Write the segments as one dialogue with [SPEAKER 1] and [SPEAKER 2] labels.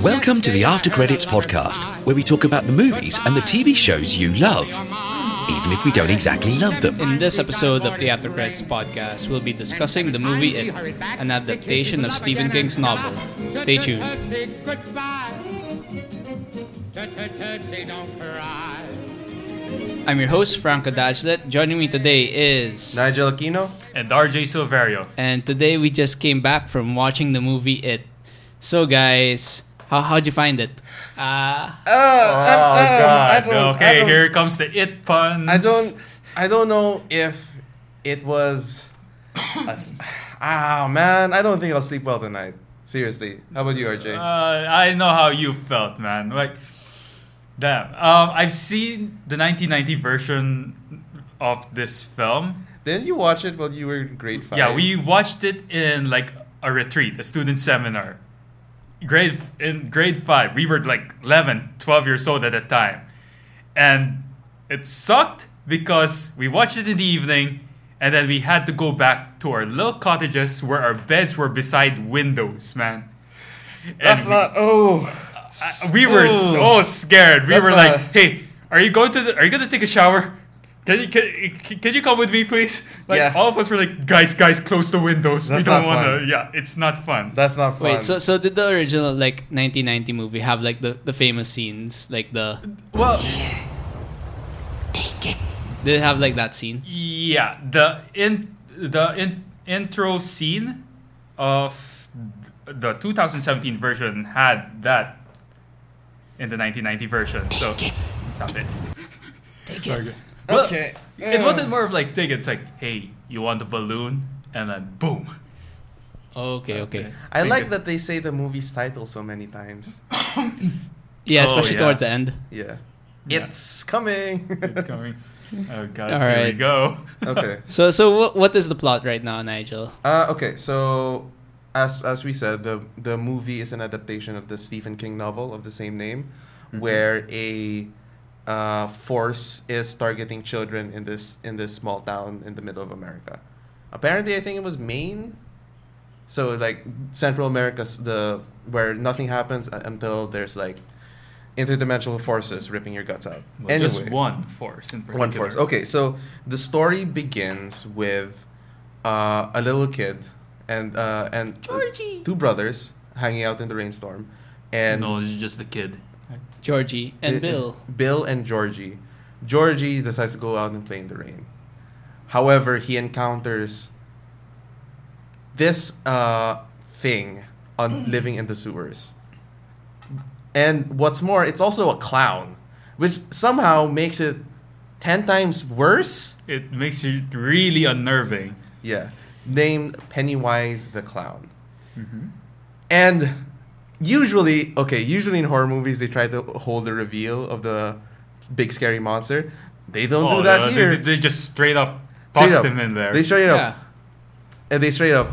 [SPEAKER 1] Welcome to the After Credits podcast, where we talk about the movies and the TV shows you love, even if we don't exactly love them.
[SPEAKER 2] In this episode of the After Credits podcast, we'll be discussing the movie It, an adaptation of Stephen King's novel. Stay tuned. I'm your host, Franco Dajlet. Joining me today is.
[SPEAKER 3] Nigel Aquino?
[SPEAKER 4] and RJ Silverio.
[SPEAKER 2] And today we just came back from watching the movie It. So, guys, how, how'd you find it? Uh,
[SPEAKER 3] Uh, I, don't, I
[SPEAKER 4] Oh, okay,
[SPEAKER 3] don't,
[SPEAKER 4] here comes the it puns.
[SPEAKER 3] I don't. I don't know if it was. Ah man, I don't think I'll sleep well tonight. Seriously, how about you, RJ?
[SPEAKER 4] Uh, I know how you felt, man. Like, damn. Um, I've seen the 1990 version of this film.
[SPEAKER 3] Didn't you watch it while you were in grade five?
[SPEAKER 4] Yeah, we watched it in like a retreat, a student seminar. Grade in grade five, we were like 11, 12 years old at that time, and it sucked because we watched it in the evening, and then we had to go back to our little cottages where our beds were beside windows, man. And
[SPEAKER 3] That's
[SPEAKER 4] we-
[SPEAKER 3] not. Oh,
[SPEAKER 4] I- we were
[SPEAKER 3] Ooh.
[SPEAKER 4] so scared. We
[SPEAKER 3] That's
[SPEAKER 4] were
[SPEAKER 3] a-
[SPEAKER 4] like, "Hey, are you going to the, are you going to take a shower? Can you can, can- can you come with me, please?" Like
[SPEAKER 3] Yeah.
[SPEAKER 4] all of us were like, "Guys, guys, close the windows.
[SPEAKER 3] That's
[SPEAKER 4] we don't
[SPEAKER 3] not
[SPEAKER 4] want to."
[SPEAKER 3] fun.
[SPEAKER 4] Yeah, it's not fun.
[SPEAKER 3] that's not fun.
[SPEAKER 2] wait, so, so did the original, like, 1990 movie have, like, the, the famous scenes? Like, the.
[SPEAKER 4] well,
[SPEAKER 2] Did it have, like, that scene?
[SPEAKER 4] yeah, the in the in, intro scene of the 2017 version had that in the 1990 version. So stop it. Well,
[SPEAKER 3] okay.
[SPEAKER 4] It wasn't more of like take it's like, hey, you want a balloon? And then boom.
[SPEAKER 2] Okay, okay.
[SPEAKER 3] I
[SPEAKER 4] Thank
[SPEAKER 3] like
[SPEAKER 4] you.
[SPEAKER 3] that they say the movie's title so many times.
[SPEAKER 2] Yeah,
[SPEAKER 4] Oh,
[SPEAKER 2] especially
[SPEAKER 4] yeah.
[SPEAKER 2] towards the end.
[SPEAKER 3] Yeah.
[SPEAKER 4] Yeah.
[SPEAKER 3] It's coming.
[SPEAKER 4] It's coming. Oh god,
[SPEAKER 2] All
[SPEAKER 4] here we
[SPEAKER 2] right.
[SPEAKER 4] go.
[SPEAKER 3] okay.
[SPEAKER 2] So, so what, what is the plot right now, Nigel?
[SPEAKER 3] Uh, okay, so as as we said, the the movie is an adaptation of the Stephen King novel of the same name,
[SPEAKER 4] Mm-hmm.
[SPEAKER 3] where a uh, force is targeting children in this in this small town in the middle of America. Apparently, I think it was Maine. So like Central America, s- the where nothing happens u- until there's like interdimensional forces ripping your guts out.
[SPEAKER 4] Well, Just one force in particular.
[SPEAKER 3] One force. Okay, so the story begins with uh, a little kid and uh, and
[SPEAKER 2] Georgie.
[SPEAKER 3] two brothers hanging out in the rainstorm, and
[SPEAKER 4] no, it's just the kid.
[SPEAKER 2] Georgie and
[SPEAKER 3] it-
[SPEAKER 2] Bill.
[SPEAKER 3] Bill and Georgie. Georgie decides to go out and play in the rain. However, he encounters this uh, thing on living in the sewers. And what's more, it's also a clown, which somehow makes it 10 times worse.
[SPEAKER 4] It makes you really unnerving.
[SPEAKER 3] Yeah. Named Pennywise the Clown.
[SPEAKER 4] Mm-hmm.
[SPEAKER 3] And usually, okay, usually in horror movies, they try to hold the reveal of the big scary monster. They don't
[SPEAKER 4] Oh,
[SPEAKER 3] do that
[SPEAKER 4] they,
[SPEAKER 3] here.
[SPEAKER 4] They, they just straight up
[SPEAKER 3] Straight
[SPEAKER 4] bust
[SPEAKER 3] up.
[SPEAKER 4] him in there.
[SPEAKER 3] They straight
[SPEAKER 2] Yeah.
[SPEAKER 3] up. And they straight up.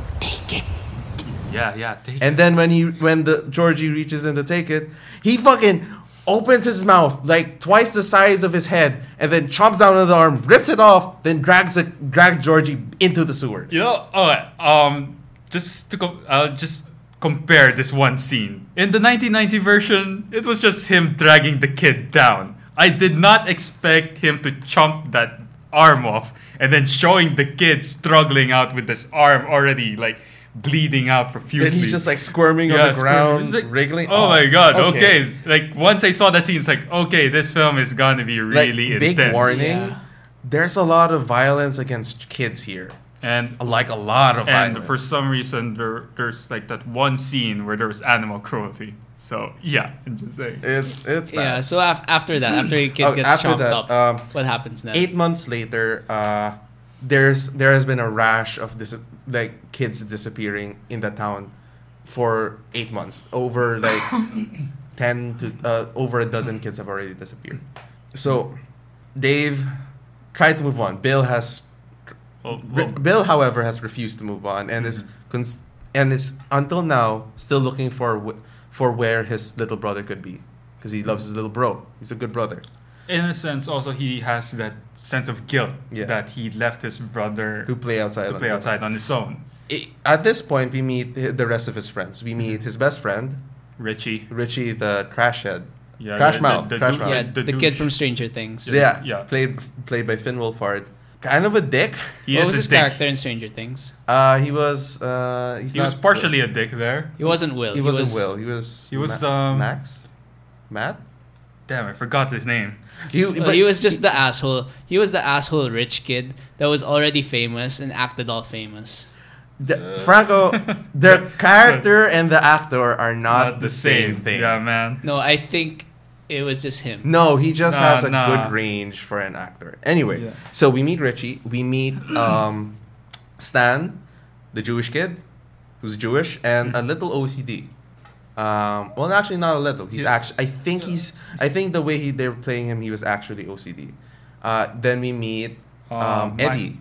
[SPEAKER 4] yeah, yeah. They,
[SPEAKER 3] And then when he when the Georgie reaches in to take it, he fucking opens his mouth like twice the size of his head and then chomps down on the arm, rips it off, then drags it drags Georgie into the sewers.
[SPEAKER 4] you know, alright, um, just to com- I'll just compare this one scene. In the 1990 version, it was just him dragging the kid down. I did not expect him to chomp that arm off and then showing the kid struggling out with this arm already like bleeding out
[SPEAKER 3] Then
[SPEAKER 4] profusely.
[SPEAKER 3] he's just like squirming
[SPEAKER 4] Yeah,
[SPEAKER 3] on the
[SPEAKER 4] screw-
[SPEAKER 3] ground,
[SPEAKER 4] it's like,
[SPEAKER 3] wriggling.
[SPEAKER 4] Oh, my god. Okay. Like once I saw that scene, it's like okay, this film is gonna be
[SPEAKER 3] Like,
[SPEAKER 4] really
[SPEAKER 3] big
[SPEAKER 4] intense.
[SPEAKER 3] warning.
[SPEAKER 2] Yeah.
[SPEAKER 3] There's a lot of violence against kids here.
[SPEAKER 4] And
[SPEAKER 3] Like a lot of
[SPEAKER 4] and
[SPEAKER 3] violence.
[SPEAKER 4] for some reason there there's like that one scene where there was animal cruelty. So yeah, I'm just saying.
[SPEAKER 3] it's it's bad.
[SPEAKER 2] Yeah, so af- after that, after the kid
[SPEAKER 3] Oh,
[SPEAKER 2] gets
[SPEAKER 3] after
[SPEAKER 2] chopped
[SPEAKER 3] that,
[SPEAKER 2] up,
[SPEAKER 3] um,
[SPEAKER 2] what happens next?
[SPEAKER 3] Eight months later, uh, there's there has been a rash of dis- like kids disappearing in the town for eight months. Over like ten to uh, over a dozen kids have already disappeared. So they've tried to move on. Bill has
[SPEAKER 4] Well,
[SPEAKER 3] Re-
[SPEAKER 4] well, Mm-hmm.
[SPEAKER 3] Bill, however, has refused to move on and is cons- and is until now still looking for w- for where his little brother could be because he loves his little bro. He's a good brother.
[SPEAKER 4] in a sense, also he has that sense of guilt
[SPEAKER 3] Yeah.
[SPEAKER 4] that he left his brother
[SPEAKER 3] To
[SPEAKER 4] to,
[SPEAKER 3] play outside. on
[SPEAKER 4] play
[SPEAKER 3] his own.
[SPEAKER 4] outside on his own. Mm-hmm.
[SPEAKER 3] I- at this point, we meet hi- the rest of his friends. We meet his best friend,
[SPEAKER 4] Richie.
[SPEAKER 3] Richie the trash head.
[SPEAKER 4] Yeah,
[SPEAKER 3] trash
[SPEAKER 4] the-
[SPEAKER 3] mouth.
[SPEAKER 4] the- the
[SPEAKER 3] trash
[SPEAKER 4] dude-
[SPEAKER 3] mouth.
[SPEAKER 2] yeah,
[SPEAKER 4] the
[SPEAKER 2] the,
[SPEAKER 4] douche.
[SPEAKER 2] kid from Stranger Things.
[SPEAKER 3] Yeah,
[SPEAKER 4] Yeah.
[SPEAKER 3] Played played by Finn Wolfhard. Kind of a dick.
[SPEAKER 4] He
[SPEAKER 2] what
[SPEAKER 4] is
[SPEAKER 2] was
[SPEAKER 4] a
[SPEAKER 2] his
[SPEAKER 4] dick.
[SPEAKER 2] character in Stranger Things?
[SPEAKER 3] Uh, he was. Uh, he's
[SPEAKER 4] He
[SPEAKER 3] not,
[SPEAKER 4] was partially a dick there.
[SPEAKER 2] He wasn't Will.
[SPEAKER 3] He wasn't Will. He was.
[SPEAKER 4] He was,
[SPEAKER 3] Ma-
[SPEAKER 4] um,
[SPEAKER 3] Max. Matt.
[SPEAKER 4] Damn, I forgot his name.
[SPEAKER 3] He,
[SPEAKER 2] Well, he was just the asshole. He was the asshole rich kid that was already famous and acted all famous.
[SPEAKER 3] the- Franco. The character and the actor are not,
[SPEAKER 4] Not
[SPEAKER 3] the same thing.
[SPEAKER 4] Yeah, man.
[SPEAKER 2] No, I think it was just him.
[SPEAKER 3] No, he just
[SPEAKER 4] Nah,
[SPEAKER 3] has a
[SPEAKER 4] nah.
[SPEAKER 3] good range for an actor. Anyway,
[SPEAKER 4] Yeah.
[SPEAKER 3] so we meet Richie. We meet um, Stan, the Jewish kid, who's Jewish, and a little OCD. Um, well, actually, not a little. He's
[SPEAKER 4] Yeah.
[SPEAKER 3] actually. I think he's. I think the way he, they were playing him, he was actually OCD. Uh, then we meet um,
[SPEAKER 4] Uh, Mike.
[SPEAKER 3] Eddie.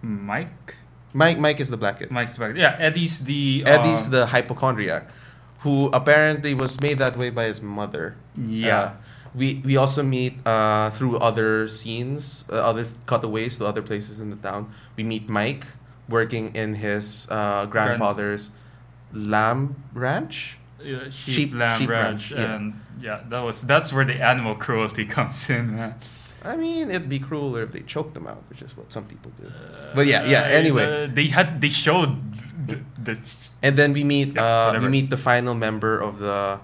[SPEAKER 4] Mike.
[SPEAKER 3] Mike. Mike is the black kid.
[SPEAKER 4] Mike's back. Yeah, Eddie's the. uh,
[SPEAKER 3] Eddie's the hypochondriac, who apparently was made that way by his mother.
[SPEAKER 4] Yeah.
[SPEAKER 3] Uh, we we also meet uh, through other scenes, uh, other cutaways to other places in the town. We meet Mike working in his uh, grandfather's lamb ranch.
[SPEAKER 4] yeah, sheep,
[SPEAKER 3] sheep-
[SPEAKER 4] lamb
[SPEAKER 3] sheep ranch,
[SPEAKER 4] ranch,
[SPEAKER 3] yeah.
[SPEAKER 4] and yeah, that was that's where the animal cruelty comes in, man.
[SPEAKER 3] I mean, it'd be crueler if they choked them out, which is what some people do. but yeah, yeah.
[SPEAKER 4] Uh,
[SPEAKER 3] Anyway,
[SPEAKER 4] the- they had they showed the, the
[SPEAKER 3] And then we meet
[SPEAKER 4] Yeah,
[SPEAKER 3] uh, we
[SPEAKER 4] whatever.
[SPEAKER 3] meet the final member of the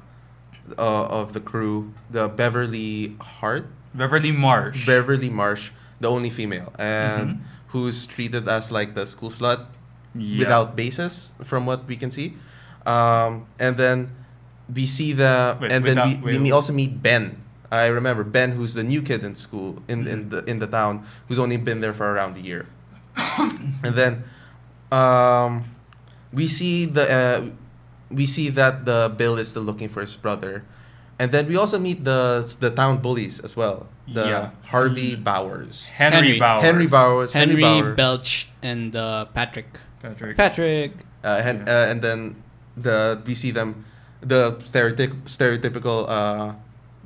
[SPEAKER 3] uh, of the crew, the Beverly Hart,
[SPEAKER 4] Beverly Marsh. Mm-hmm.
[SPEAKER 3] Beverly Marsh, the only female, and who's treated as like the school slut
[SPEAKER 4] Yeah.
[SPEAKER 3] without basis, from what we can see. Um, and then we see the
[SPEAKER 4] Wait,
[SPEAKER 3] and then
[SPEAKER 4] without-
[SPEAKER 3] we, we
[SPEAKER 4] wait,
[SPEAKER 3] me-
[SPEAKER 4] wait.
[SPEAKER 3] also meet Ben. I remember Ben, who's the new kid in school in,
[SPEAKER 4] Mm-hmm.
[SPEAKER 3] in the in the town, who's only been there for around a year. and then um, we see the uh, we see that the Bill is still looking for his brother, and then we also meet the the town bullies as well. The
[SPEAKER 4] Yeah.
[SPEAKER 3] Harvey Bowers,
[SPEAKER 2] Henry.
[SPEAKER 4] Henry, Bowers.
[SPEAKER 3] Henry Bowers,
[SPEAKER 2] Henry
[SPEAKER 3] Henry, Bauer,
[SPEAKER 2] Belch and uh, Patrick.
[SPEAKER 4] Patrick.
[SPEAKER 2] Patrick.
[SPEAKER 3] uh, hen-
[SPEAKER 4] Yeah.
[SPEAKER 3] uh, and then the we see them the stereotyp- stereotypical uh,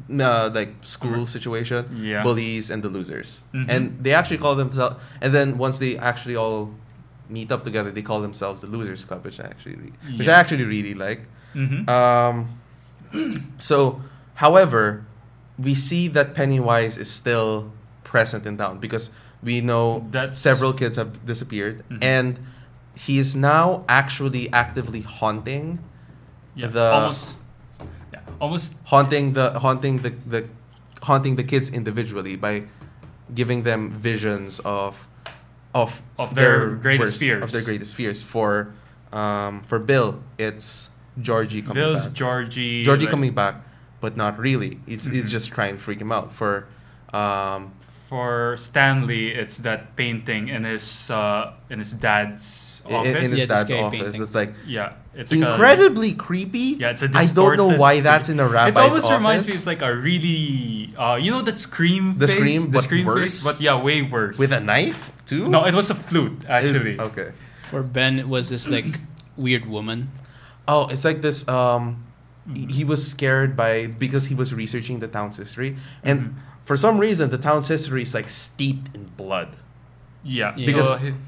[SPEAKER 3] n- uh, like school situation
[SPEAKER 4] Yeah.
[SPEAKER 3] bullies and the losers
[SPEAKER 4] Mhm.
[SPEAKER 3] and they actually call themselves and then once they actually all meet up together they call themselves the losers club which i actually re- which i
[SPEAKER 4] Yeah.
[SPEAKER 3] actually really like
[SPEAKER 4] Mhm.
[SPEAKER 3] um, so however we see that pennywise is still present in town because we know that
[SPEAKER 4] That's-
[SPEAKER 3] several kids have disappeared
[SPEAKER 4] Mhm.
[SPEAKER 3] and he is now actually actively haunting
[SPEAKER 4] yeah.
[SPEAKER 3] the-
[SPEAKER 4] almost. Yeah, almost.
[SPEAKER 3] haunting the haunting the, the haunting the kids individually by giving them visions of of
[SPEAKER 4] Of their greatest fears.
[SPEAKER 3] of their greatest fears for um, for Bill it's Georgie coming
[SPEAKER 4] Bill's
[SPEAKER 3] back
[SPEAKER 4] Georgie.
[SPEAKER 3] Georgie
[SPEAKER 4] like,
[SPEAKER 3] coming back but not really it's,
[SPEAKER 4] Mm-hmm.
[SPEAKER 3] it's just trying to freak him out for um,
[SPEAKER 4] For Stanley, it's that painting in his uh, in his dad's
[SPEAKER 3] i-
[SPEAKER 4] office.
[SPEAKER 3] in, his
[SPEAKER 2] Yeah, the
[SPEAKER 3] dad's
[SPEAKER 2] scary
[SPEAKER 3] office
[SPEAKER 2] painting.
[SPEAKER 3] it's like
[SPEAKER 4] yeah, it's like a-
[SPEAKER 3] incredibly creepy
[SPEAKER 4] yeah, it's a
[SPEAKER 3] I don't
[SPEAKER 4] distorted.
[SPEAKER 3] know why that's in a
[SPEAKER 4] It
[SPEAKER 3] rabbi's
[SPEAKER 4] always
[SPEAKER 3] office
[SPEAKER 4] reminds me. It's like a really, uh, you know, that scream.
[SPEAKER 3] The
[SPEAKER 4] face?
[SPEAKER 3] Scream,
[SPEAKER 4] the
[SPEAKER 3] but
[SPEAKER 4] scream
[SPEAKER 3] worse?
[SPEAKER 4] Face, but yeah, way worse.
[SPEAKER 3] with a knife too
[SPEAKER 4] no, it was a flute actually.
[SPEAKER 3] okay
[SPEAKER 2] For Ben, it was this like weird woman.
[SPEAKER 3] Oh, it's like this. Um, he he was scared by because he was researching the town's history, and
[SPEAKER 4] Mm-hmm.
[SPEAKER 3] for some reason, the town's history is like steeped in blood.
[SPEAKER 4] Yeah,
[SPEAKER 2] Yeah.
[SPEAKER 4] because
[SPEAKER 3] Because-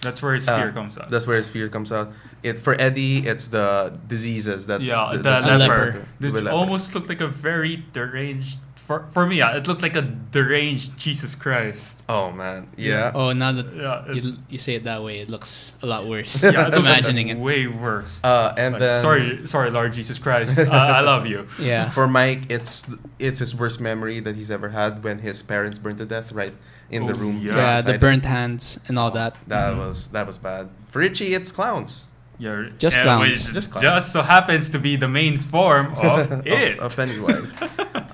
[SPEAKER 4] that's where his
[SPEAKER 3] Uh,
[SPEAKER 4] fear comes out.
[SPEAKER 3] That's where his fear comes out. It for Eddie, it's the diseases. That's
[SPEAKER 4] yeah, the,
[SPEAKER 3] that's
[SPEAKER 2] leper.
[SPEAKER 4] leper.
[SPEAKER 3] The
[SPEAKER 4] It
[SPEAKER 3] leper.
[SPEAKER 4] almost looked like a very deranged. For, for me, yeah, it looked like a deranged Jesus Christ.
[SPEAKER 3] Oh man, yeah.
[SPEAKER 2] Oh, now that
[SPEAKER 4] Yeah, it's-
[SPEAKER 2] you, you say it that way, it looks a lot worse.
[SPEAKER 4] Yeah, it looks
[SPEAKER 2] imagining it.
[SPEAKER 4] way worse.
[SPEAKER 3] Uh, and
[SPEAKER 4] Like,
[SPEAKER 3] then
[SPEAKER 4] sorry, sorry, Lord Jesus Christ, I, I love you.
[SPEAKER 2] Yeah.
[SPEAKER 3] For Mike, it's it's his worst memory that he's ever had when his parents burned to death right in the
[SPEAKER 4] Oh,
[SPEAKER 3] room.
[SPEAKER 4] yeah. Oh,
[SPEAKER 2] yeah,
[SPEAKER 4] Mm-hmm.
[SPEAKER 3] right beside
[SPEAKER 2] the
[SPEAKER 3] him.
[SPEAKER 2] burnt hands and all that.
[SPEAKER 3] That was that was bad. For Richie, it's clowns.
[SPEAKER 4] You're,
[SPEAKER 2] Just
[SPEAKER 4] and
[SPEAKER 2] clowns.
[SPEAKER 4] which
[SPEAKER 3] Just clowns.
[SPEAKER 4] just so happens to be the main form of it.
[SPEAKER 3] of Pennywise.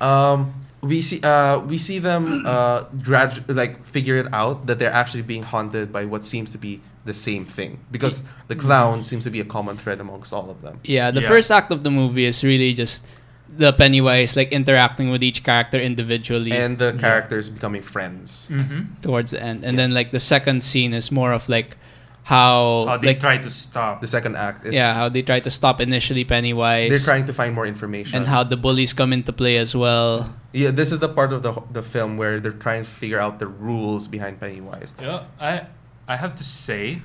[SPEAKER 3] um, we see uh, we see them uh, gradu- like figure it out that they're actually being haunted by what seems to be the same thing because the clown seems to be a common thread amongst all of them.
[SPEAKER 2] Yeah, the
[SPEAKER 4] Yeah.
[SPEAKER 2] first act of the movie is really just the Pennywise like interacting with each character individually
[SPEAKER 3] And the characters becoming friends.
[SPEAKER 2] Mm.
[SPEAKER 4] hmm
[SPEAKER 2] towards the end. And then like the second scene is more of like how,
[SPEAKER 4] How they
[SPEAKER 2] like
[SPEAKER 4] try to stop.
[SPEAKER 3] The second act is
[SPEAKER 2] yeah, how they try to stop initially Pennywise
[SPEAKER 3] they're trying to find more information.
[SPEAKER 2] and how the bullies come into play as well.
[SPEAKER 3] yeah, this is the part of the the film where they're trying to figure out the rules behind Pennywise.
[SPEAKER 4] Yeah, I I have to say,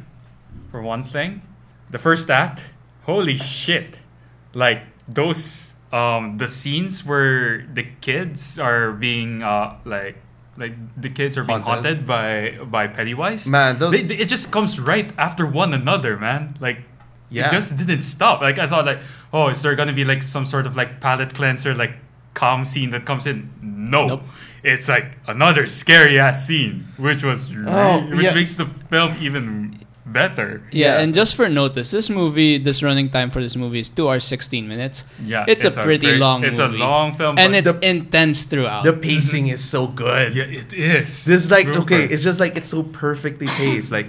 [SPEAKER 4] for one thing, the first act, holy shit, like those um the scenes where the kids are being uh like like the kids are being
[SPEAKER 3] Haunted.
[SPEAKER 4] haunted, by by Pennywise.
[SPEAKER 3] Man, those-
[SPEAKER 4] they, they- it just comes right after one another, man. Like
[SPEAKER 3] Yeah.
[SPEAKER 4] it just didn't stop. Like I thought, like oh, is there gonna be like some sort of like palate cleanser, like calm scene that comes in? No,
[SPEAKER 2] Nope.
[SPEAKER 4] it's like another scary ass scene, which was re-
[SPEAKER 3] Oh,
[SPEAKER 4] which
[SPEAKER 3] yeah.
[SPEAKER 4] makes the film even better.
[SPEAKER 2] Yeah,
[SPEAKER 3] Yeah.
[SPEAKER 2] and just for notice, this movie, this running time for this movie is two hours sixteen minutes.
[SPEAKER 4] Yeah,
[SPEAKER 2] it's,
[SPEAKER 4] it's
[SPEAKER 2] a
[SPEAKER 4] a
[SPEAKER 2] pretty
[SPEAKER 4] very-
[SPEAKER 2] long.
[SPEAKER 4] it's a
[SPEAKER 2] movie.
[SPEAKER 4] long film,
[SPEAKER 2] and
[SPEAKER 4] but-
[SPEAKER 2] it's
[SPEAKER 3] The-
[SPEAKER 2] intense throughout.
[SPEAKER 3] The pacing is so good.
[SPEAKER 4] Yeah, it is.
[SPEAKER 3] This is like okay,
[SPEAKER 4] Super.
[SPEAKER 3] it's just like it's so perfectly paced. Like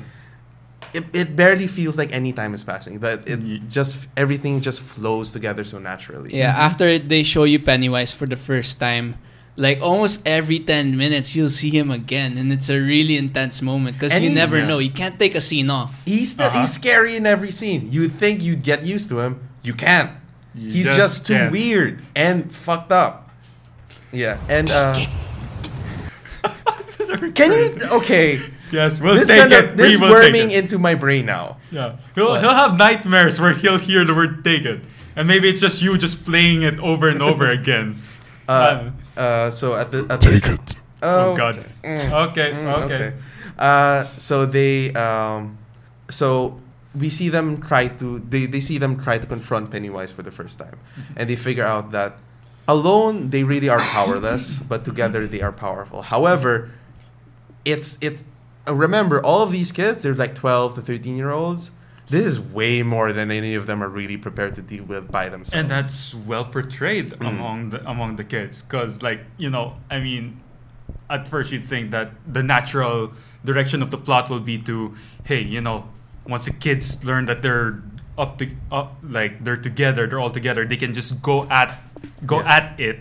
[SPEAKER 3] it, it barely feels like any time is passing. That
[SPEAKER 4] Ye-
[SPEAKER 3] it just everything just flows together so naturally.
[SPEAKER 2] yeah, after it, they show you Pennywise for the first time, like almost every ten minutes you'll see him again, and it's a really intense moment because
[SPEAKER 3] And
[SPEAKER 2] you
[SPEAKER 3] he-
[SPEAKER 2] never
[SPEAKER 3] Yeah.
[SPEAKER 2] know. You can't take a scene off.
[SPEAKER 3] He's the,
[SPEAKER 4] Uh-huh.
[SPEAKER 3] he's scary in every scene. You think you'd get used to him, you can't.
[SPEAKER 4] You
[SPEAKER 3] he's just,
[SPEAKER 4] just
[SPEAKER 3] too
[SPEAKER 4] can't.
[SPEAKER 3] weird and fucked up. Yeah, and uh,
[SPEAKER 4] This is a
[SPEAKER 3] can you?
[SPEAKER 4] great-
[SPEAKER 3] Okay,
[SPEAKER 4] Yes, we'll
[SPEAKER 3] this
[SPEAKER 4] take
[SPEAKER 3] kind
[SPEAKER 4] it.
[SPEAKER 3] of this
[SPEAKER 4] we will take
[SPEAKER 3] worming
[SPEAKER 4] it.
[SPEAKER 3] into my brain now.
[SPEAKER 4] Yeah. He'll,
[SPEAKER 2] What?
[SPEAKER 4] he'll have nightmares where he'll hear the word taken. And maybe it's just you just playing it over and over again.
[SPEAKER 3] Uh,
[SPEAKER 4] Man.
[SPEAKER 3] uh, so at the at this,
[SPEAKER 4] Um, Oh, God.
[SPEAKER 3] Mm.
[SPEAKER 4] Okay,
[SPEAKER 3] Mm,
[SPEAKER 4] okay.
[SPEAKER 3] Uh, so they um, so we see them try to they, they see them try to confront Pennywise for the first time,
[SPEAKER 4] Mm-hmm.
[SPEAKER 3] and they figure out that alone they really are powerless, but together they are powerful. However, it's it's uh, remember all of these kids they're like twelve to thirteen year olds. This is way more than any of them are really prepared to deal with by themselves.
[SPEAKER 4] and that's well portrayed among the among the kids because like you know i mean at first you'd think that the natural direction of the plot will be to hey you know once the kids learn that they're up to up like they're together they're all together they can just go at go
[SPEAKER 3] Yeah.
[SPEAKER 4] at it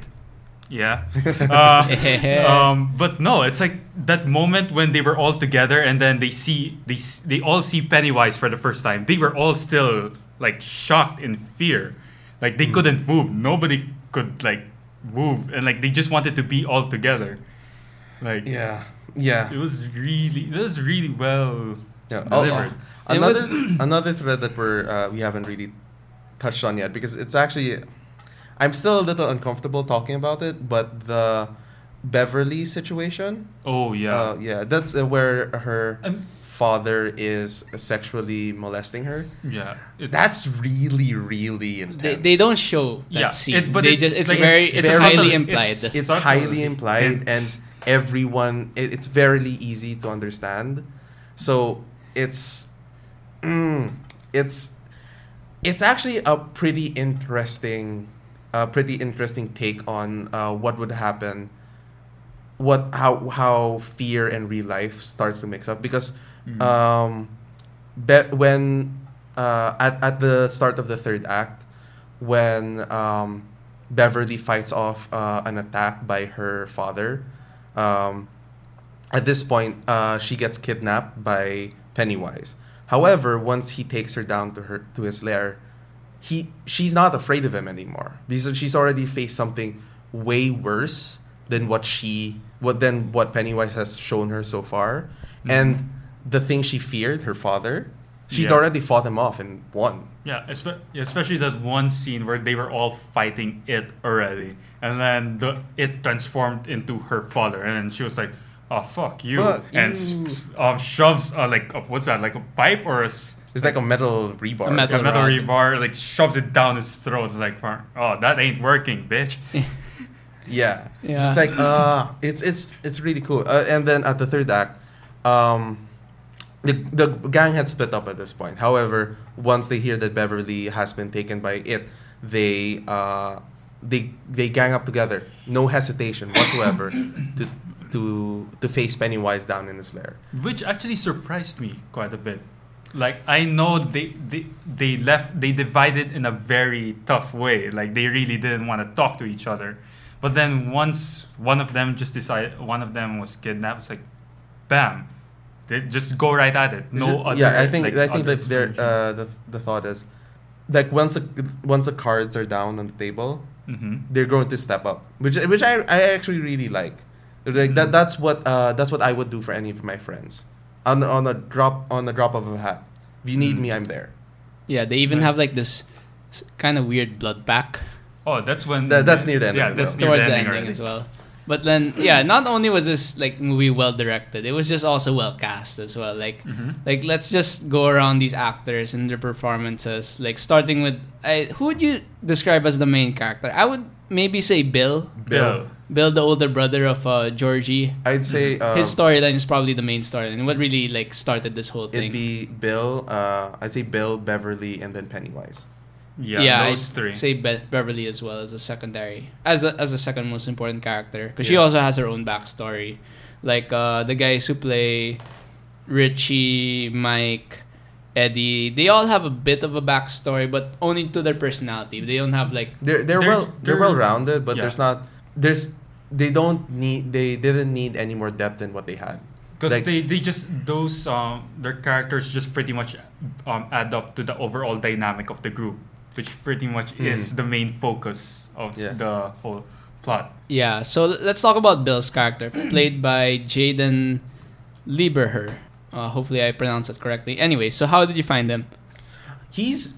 [SPEAKER 4] yeah uh, um, but no it's like that moment when they were all together and then they see they s- they all see pennywise for the first time they were all still like shocked in fear like
[SPEAKER 3] Hmm.
[SPEAKER 4] they couldn't move nobody could like move and like they just wanted to be all together like
[SPEAKER 3] yeah yeah.
[SPEAKER 4] it was really it was really well
[SPEAKER 3] Yeah. Oh, uh, I'll-
[SPEAKER 4] delivered
[SPEAKER 3] I'll-
[SPEAKER 2] It
[SPEAKER 3] another
[SPEAKER 2] was-
[SPEAKER 3] another thread that we're uh, we haven't really touched on yet because it's actually I'm still a little uncomfortable talking about it, but the Beverly situation.
[SPEAKER 4] oh yeah
[SPEAKER 3] Uh, yeah, that's uh, where her
[SPEAKER 4] Um,
[SPEAKER 3] father is sexually molesting her.
[SPEAKER 4] yeah it's,
[SPEAKER 3] That's really really intense.
[SPEAKER 2] They, they don't show that
[SPEAKER 4] Yeah,
[SPEAKER 2] scene.
[SPEAKER 4] it- but
[SPEAKER 2] they
[SPEAKER 4] it's
[SPEAKER 2] just it's
[SPEAKER 4] like,
[SPEAKER 2] very
[SPEAKER 4] it's
[SPEAKER 2] it's,
[SPEAKER 3] very-
[SPEAKER 2] highly
[SPEAKER 3] it's-
[SPEAKER 2] implied.
[SPEAKER 3] It's
[SPEAKER 4] subtle.
[SPEAKER 3] highly implied
[SPEAKER 4] It's-
[SPEAKER 3] and everyone it, it's very easy to understand. So it's mm, it's it's actually a pretty interesting a pretty interesting take on uh, what would happen what how how fear and real life starts to mix up because um be- when uh, at, at the start of the third act when um, Beverly fights off uh, an attack by her father um, at this point uh, she gets kidnapped by Pennywise however once he takes her down to her to his lair he she's not afraid of him anymore because she's already faced something way worse than what she what than what Pennywise has shown her so far, and the thing she feared, her father, she'd
[SPEAKER 4] Yeah.
[SPEAKER 3] already fought him off and won.
[SPEAKER 4] Yeah, espe- yeah, especially that one scene where they were all fighting it already, and then the it transformed into her father, and then she was like, "Oh fuck you!"
[SPEAKER 3] Fuck
[SPEAKER 4] and
[SPEAKER 3] you.
[SPEAKER 4] s- um, shoves uh, like uh, what's that? Like a pipe or a, s-
[SPEAKER 3] It's like a metal rebar.
[SPEAKER 2] A metal-
[SPEAKER 4] a metal
[SPEAKER 2] rod.
[SPEAKER 4] rebar? Like shoves it down his throat. Like, oh, that ain't working, bitch.
[SPEAKER 3] Yeah.
[SPEAKER 2] Yeah.
[SPEAKER 3] It's like uh it's it's it's really cool. Uh, and then at the third act, um the the gang had split up at this point. However, once they hear that Beverly has been taken by it, they uh they they gang up together, no hesitation whatsoever to to to face Pennywise down in his lair.
[SPEAKER 4] which actually surprised me quite a bit like i know they, they they left they divided in a very tough way like they really didn't want to talk to each other but then once one of them just decided one of them was kidnapped it's like bam they just go right at it no
[SPEAKER 3] Ju-
[SPEAKER 4] other
[SPEAKER 3] yeah i think
[SPEAKER 4] like,
[SPEAKER 3] i think
[SPEAKER 4] other
[SPEAKER 3] that there
[SPEAKER 4] explanation.
[SPEAKER 3] uh the, the thought is like once the once the cards are down on the table
[SPEAKER 4] Mhm.
[SPEAKER 3] they're going to step up which which i i actually really like like
[SPEAKER 4] Mm-hmm.
[SPEAKER 3] that that's what uh that's what i would do for any of my friends on
[SPEAKER 4] Mm-hmm.
[SPEAKER 3] on a drop on the drop of a hat if you need me i'm there
[SPEAKER 2] yeah, they even have like this kind of weird blood pack
[SPEAKER 4] Oh, that's when.
[SPEAKER 3] That- that's near the end of
[SPEAKER 4] Yeah,
[SPEAKER 3] it,
[SPEAKER 4] that's
[SPEAKER 3] though.
[SPEAKER 4] near
[SPEAKER 2] towards the
[SPEAKER 4] ending,
[SPEAKER 2] ending
[SPEAKER 4] already.
[SPEAKER 2] as well. But then, yeah, not only was this like movie well directed, it was just also well cast as well. Like,
[SPEAKER 4] Mm-hmm.
[SPEAKER 2] like let's just go around these actors and their performances. Like starting with, I, who would you describe as the main character? I would maybe say Bill,
[SPEAKER 4] Bill.
[SPEAKER 2] Bill, the older brother of uh, Georgie.
[SPEAKER 3] I'd say
[SPEAKER 4] Mm-hmm.
[SPEAKER 3] uh,
[SPEAKER 2] His storyline is probably the main storyline. What really like started this whole
[SPEAKER 3] it'd
[SPEAKER 2] thing?
[SPEAKER 3] be Bill. Uh, I'd say Bill, Beverly, and then Pennywise.
[SPEAKER 4] Yeah, those
[SPEAKER 2] I'd
[SPEAKER 4] 3
[SPEAKER 2] Say Be- Beverly as well as a secondary, as a, as a second most important character, because she
[SPEAKER 4] Yeah.
[SPEAKER 2] also has her own backstory. Like uh, the guys who play Richie, Mike, Eddie, they all have a bit of a backstory, but only to their personality. They don't have like
[SPEAKER 3] They're they're
[SPEAKER 4] They're-
[SPEAKER 3] well they're,
[SPEAKER 4] they're-
[SPEAKER 3] well rounded, but
[SPEAKER 4] yeah.
[SPEAKER 3] there's not there's they don't need they didn't need any more depth than what they had.
[SPEAKER 4] Because
[SPEAKER 3] Like-
[SPEAKER 4] they, they just those um their characters just pretty much um add up to the overall dynamic of the group, which pretty much is the main focus of
[SPEAKER 3] Hmm. Yeah.
[SPEAKER 4] the whole plot.
[SPEAKER 2] yeah. So l- let's talk about Bill's character, played by Jaden Lieberher. Uh, hopefully, I pronounced it correctly. Anyway, so how did you find him?
[SPEAKER 3] he's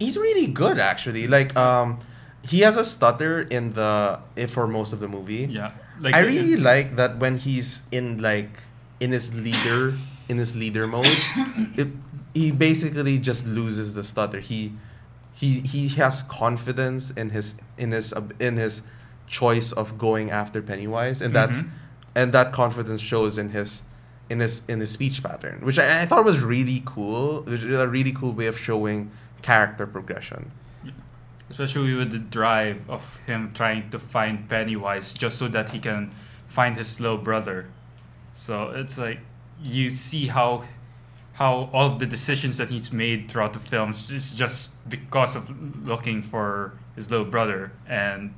[SPEAKER 3] he's really good actually. Like um, he has a stutter in the if for most of the movie.
[SPEAKER 4] Yeah, like
[SPEAKER 3] I
[SPEAKER 4] the-
[SPEAKER 3] really like that when he's in like in his leader in his leader mode, it, he basically just loses the stutter. He he he has confidence in his in his ab- in his choice of going after Pennywise, and that's
[SPEAKER 4] Mhm.
[SPEAKER 3] and that confidence shows in his in his in his speech pattern, which I, I thought was really cool. It was a really cool way of showing character progression.
[SPEAKER 4] especially with the drive of him trying to find Pennywise just so that he can find his little brother. So it's like you see how how all of the decisions that he's made throughout the films is just because of looking for his little brother and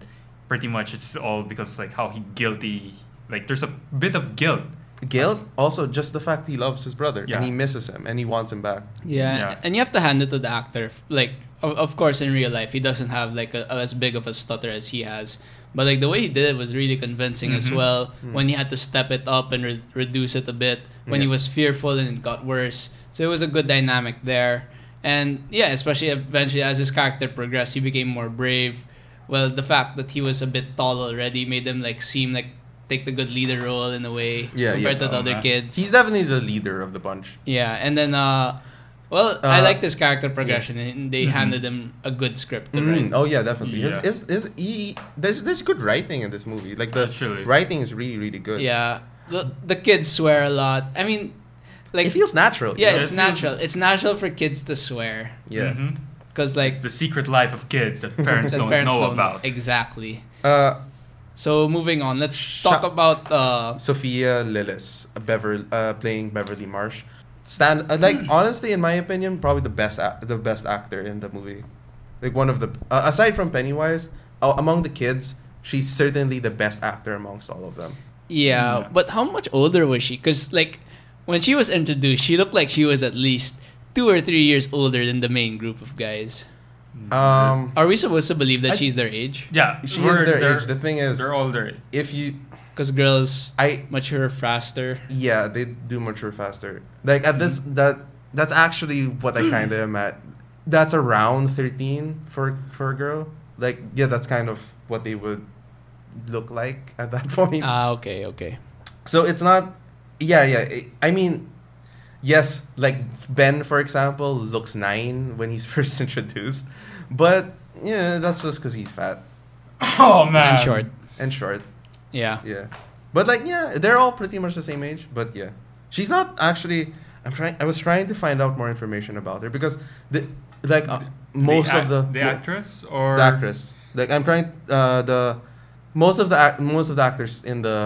[SPEAKER 4] pretty much it's all because of like how he guilty like there's a bit of guilt
[SPEAKER 3] Guilt, also just the fact he loves his brother
[SPEAKER 4] Yeah.
[SPEAKER 3] and he misses him and he wants him back.
[SPEAKER 2] Yeah,
[SPEAKER 4] Yeah.
[SPEAKER 2] and you have to hand it to the actor. F- Like, of, of course, in real life, he doesn't have like a, as big of a stutter as he has. But like the way he did it was really convincing as
[SPEAKER 4] Mhm.
[SPEAKER 2] well. When he had to step it up and re- reduce it a bit, when he
[SPEAKER 3] Yeah.
[SPEAKER 2] was fearful and it got worse, so it was a good dynamic there. And yeah, especially eventually as his character progressed, he became more brave. Well, the fact that he was a bit tall already made him like seem like take the good leader role in a way
[SPEAKER 3] Yeah,
[SPEAKER 2] compared to
[SPEAKER 3] yeah.
[SPEAKER 2] the
[SPEAKER 4] Oh,
[SPEAKER 2] other
[SPEAKER 4] man.
[SPEAKER 2] kids.
[SPEAKER 3] He's definitely the leader of the bunch.
[SPEAKER 2] Yeah, and then uh well, I
[SPEAKER 3] Uh,
[SPEAKER 2] like this character progression and they handed him a good script to
[SPEAKER 3] Mm,
[SPEAKER 2] write.
[SPEAKER 3] Oh yeah, definitely.
[SPEAKER 4] Yeah.
[SPEAKER 3] His, his, his, he, there's there's good writing in this movie. Like the
[SPEAKER 4] Actually.
[SPEAKER 3] writing is really really good.
[SPEAKER 2] Yeah. The, the kids swear a lot. I mean like
[SPEAKER 3] it feels natural. you
[SPEAKER 2] yeah,
[SPEAKER 3] know?
[SPEAKER 2] it's
[SPEAKER 4] it feels-
[SPEAKER 2] natural. It's natural for kids to swear
[SPEAKER 3] yeah.
[SPEAKER 4] Mhm.
[SPEAKER 2] cuz like
[SPEAKER 4] it's the secret life of kids that parents
[SPEAKER 2] that
[SPEAKER 4] don't
[SPEAKER 2] parents
[SPEAKER 4] know
[SPEAKER 2] don't
[SPEAKER 4] about
[SPEAKER 2] exactly.
[SPEAKER 3] Uh,
[SPEAKER 2] So moving on, let's talk
[SPEAKER 3] Sha-
[SPEAKER 2] about uh
[SPEAKER 3] Sophia Lillis, Beverly, uh, playing Beverly Marsh. Stand uh, like honestly, in my opinion, probably the best ac- the best actor in the movie. Like one of the uh, aside from Pennywise, uh, among the kids, she's certainly the best actor amongst all of them.
[SPEAKER 2] yeah,
[SPEAKER 4] Yeah.
[SPEAKER 2] but how much older was she? Cuz like when she was introduced, she looked like she was at least 2 or 3 years older than the main group of guys.
[SPEAKER 3] Um,
[SPEAKER 2] Are we supposed to believe that
[SPEAKER 4] I-
[SPEAKER 2] she's their age?
[SPEAKER 4] yeah
[SPEAKER 3] she is
[SPEAKER 4] we're-
[SPEAKER 3] their
[SPEAKER 4] they're-
[SPEAKER 3] age. The thing is,
[SPEAKER 4] they're all their age
[SPEAKER 3] if you,
[SPEAKER 2] Cuz girls
[SPEAKER 3] I
[SPEAKER 2] mature faster.
[SPEAKER 3] Yeah, they do mature faster. Like at this that that's actually what I kind of am at. That's around thirteen for for a girl. Like yeah, that's kind of what they would look like at that point.
[SPEAKER 2] Ah, okay, okay.
[SPEAKER 3] so it's not. Yeah, yeah. it- I mean, yes. Like Ben, for example, looks nine when he's first introduced, but yeah, that's just because he's fat
[SPEAKER 4] Oh man.
[SPEAKER 2] And short.
[SPEAKER 3] and short.
[SPEAKER 2] Um, Yeah.
[SPEAKER 3] Yeah. But like yeah, they're all pretty much the same age, but yeah. She's not actually I'm trying I was trying to find out more information about her because the like uh, most
[SPEAKER 4] the,
[SPEAKER 3] of
[SPEAKER 4] ac-
[SPEAKER 3] the
[SPEAKER 4] the actress or
[SPEAKER 3] the actress. Like I'm trying uh the most of the ac- most of the actors in the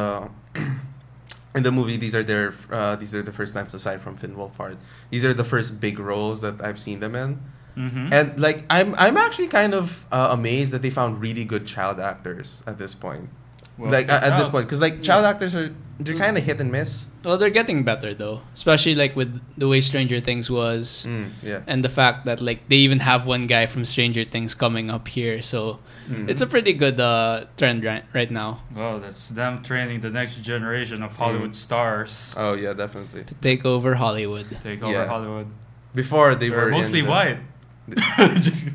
[SPEAKER 3] in the movie these are their uh, these are the first times aside from Finn Wolfhard. These are the first big roles that I've seen them in.
[SPEAKER 4] Mhm.
[SPEAKER 3] And like I'm I'm actually kind of uh, amazed that they found really good child actors at this point
[SPEAKER 4] Well,
[SPEAKER 3] like at, at this
[SPEAKER 4] yeah.
[SPEAKER 3] point, because like child actors are they're kind of hit and miss.
[SPEAKER 2] Well, they're getting better though, especially like with the way Stranger Things was
[SPEAKER 3] Mm, yeah.
[SPEAKER 2] and the fact that like they even have one guy from Stranger Things coming up here. So it's a pretty good uh trend right, right now
[SPEAKER 4] Well, that's them training the next generation of Hollywood stars
[SPEAKER 3] Oh yeah, definitely.
[SPEAKER 2] to take over Hollywood.
[SPEAKER 4] to take over
[SPEAKER 3] Yeah.
[SPEAKER 4] Hollywood.
[SPEAKER 3] Before they
[SPEAKER 4] They
[SPEAKER 3] were
[SPEAKER 4] are
[SPEAKER 3] in
[SPEAKER 4] mostly
[SPEAKER 3] the-
[SPEAKER 4] white. Just-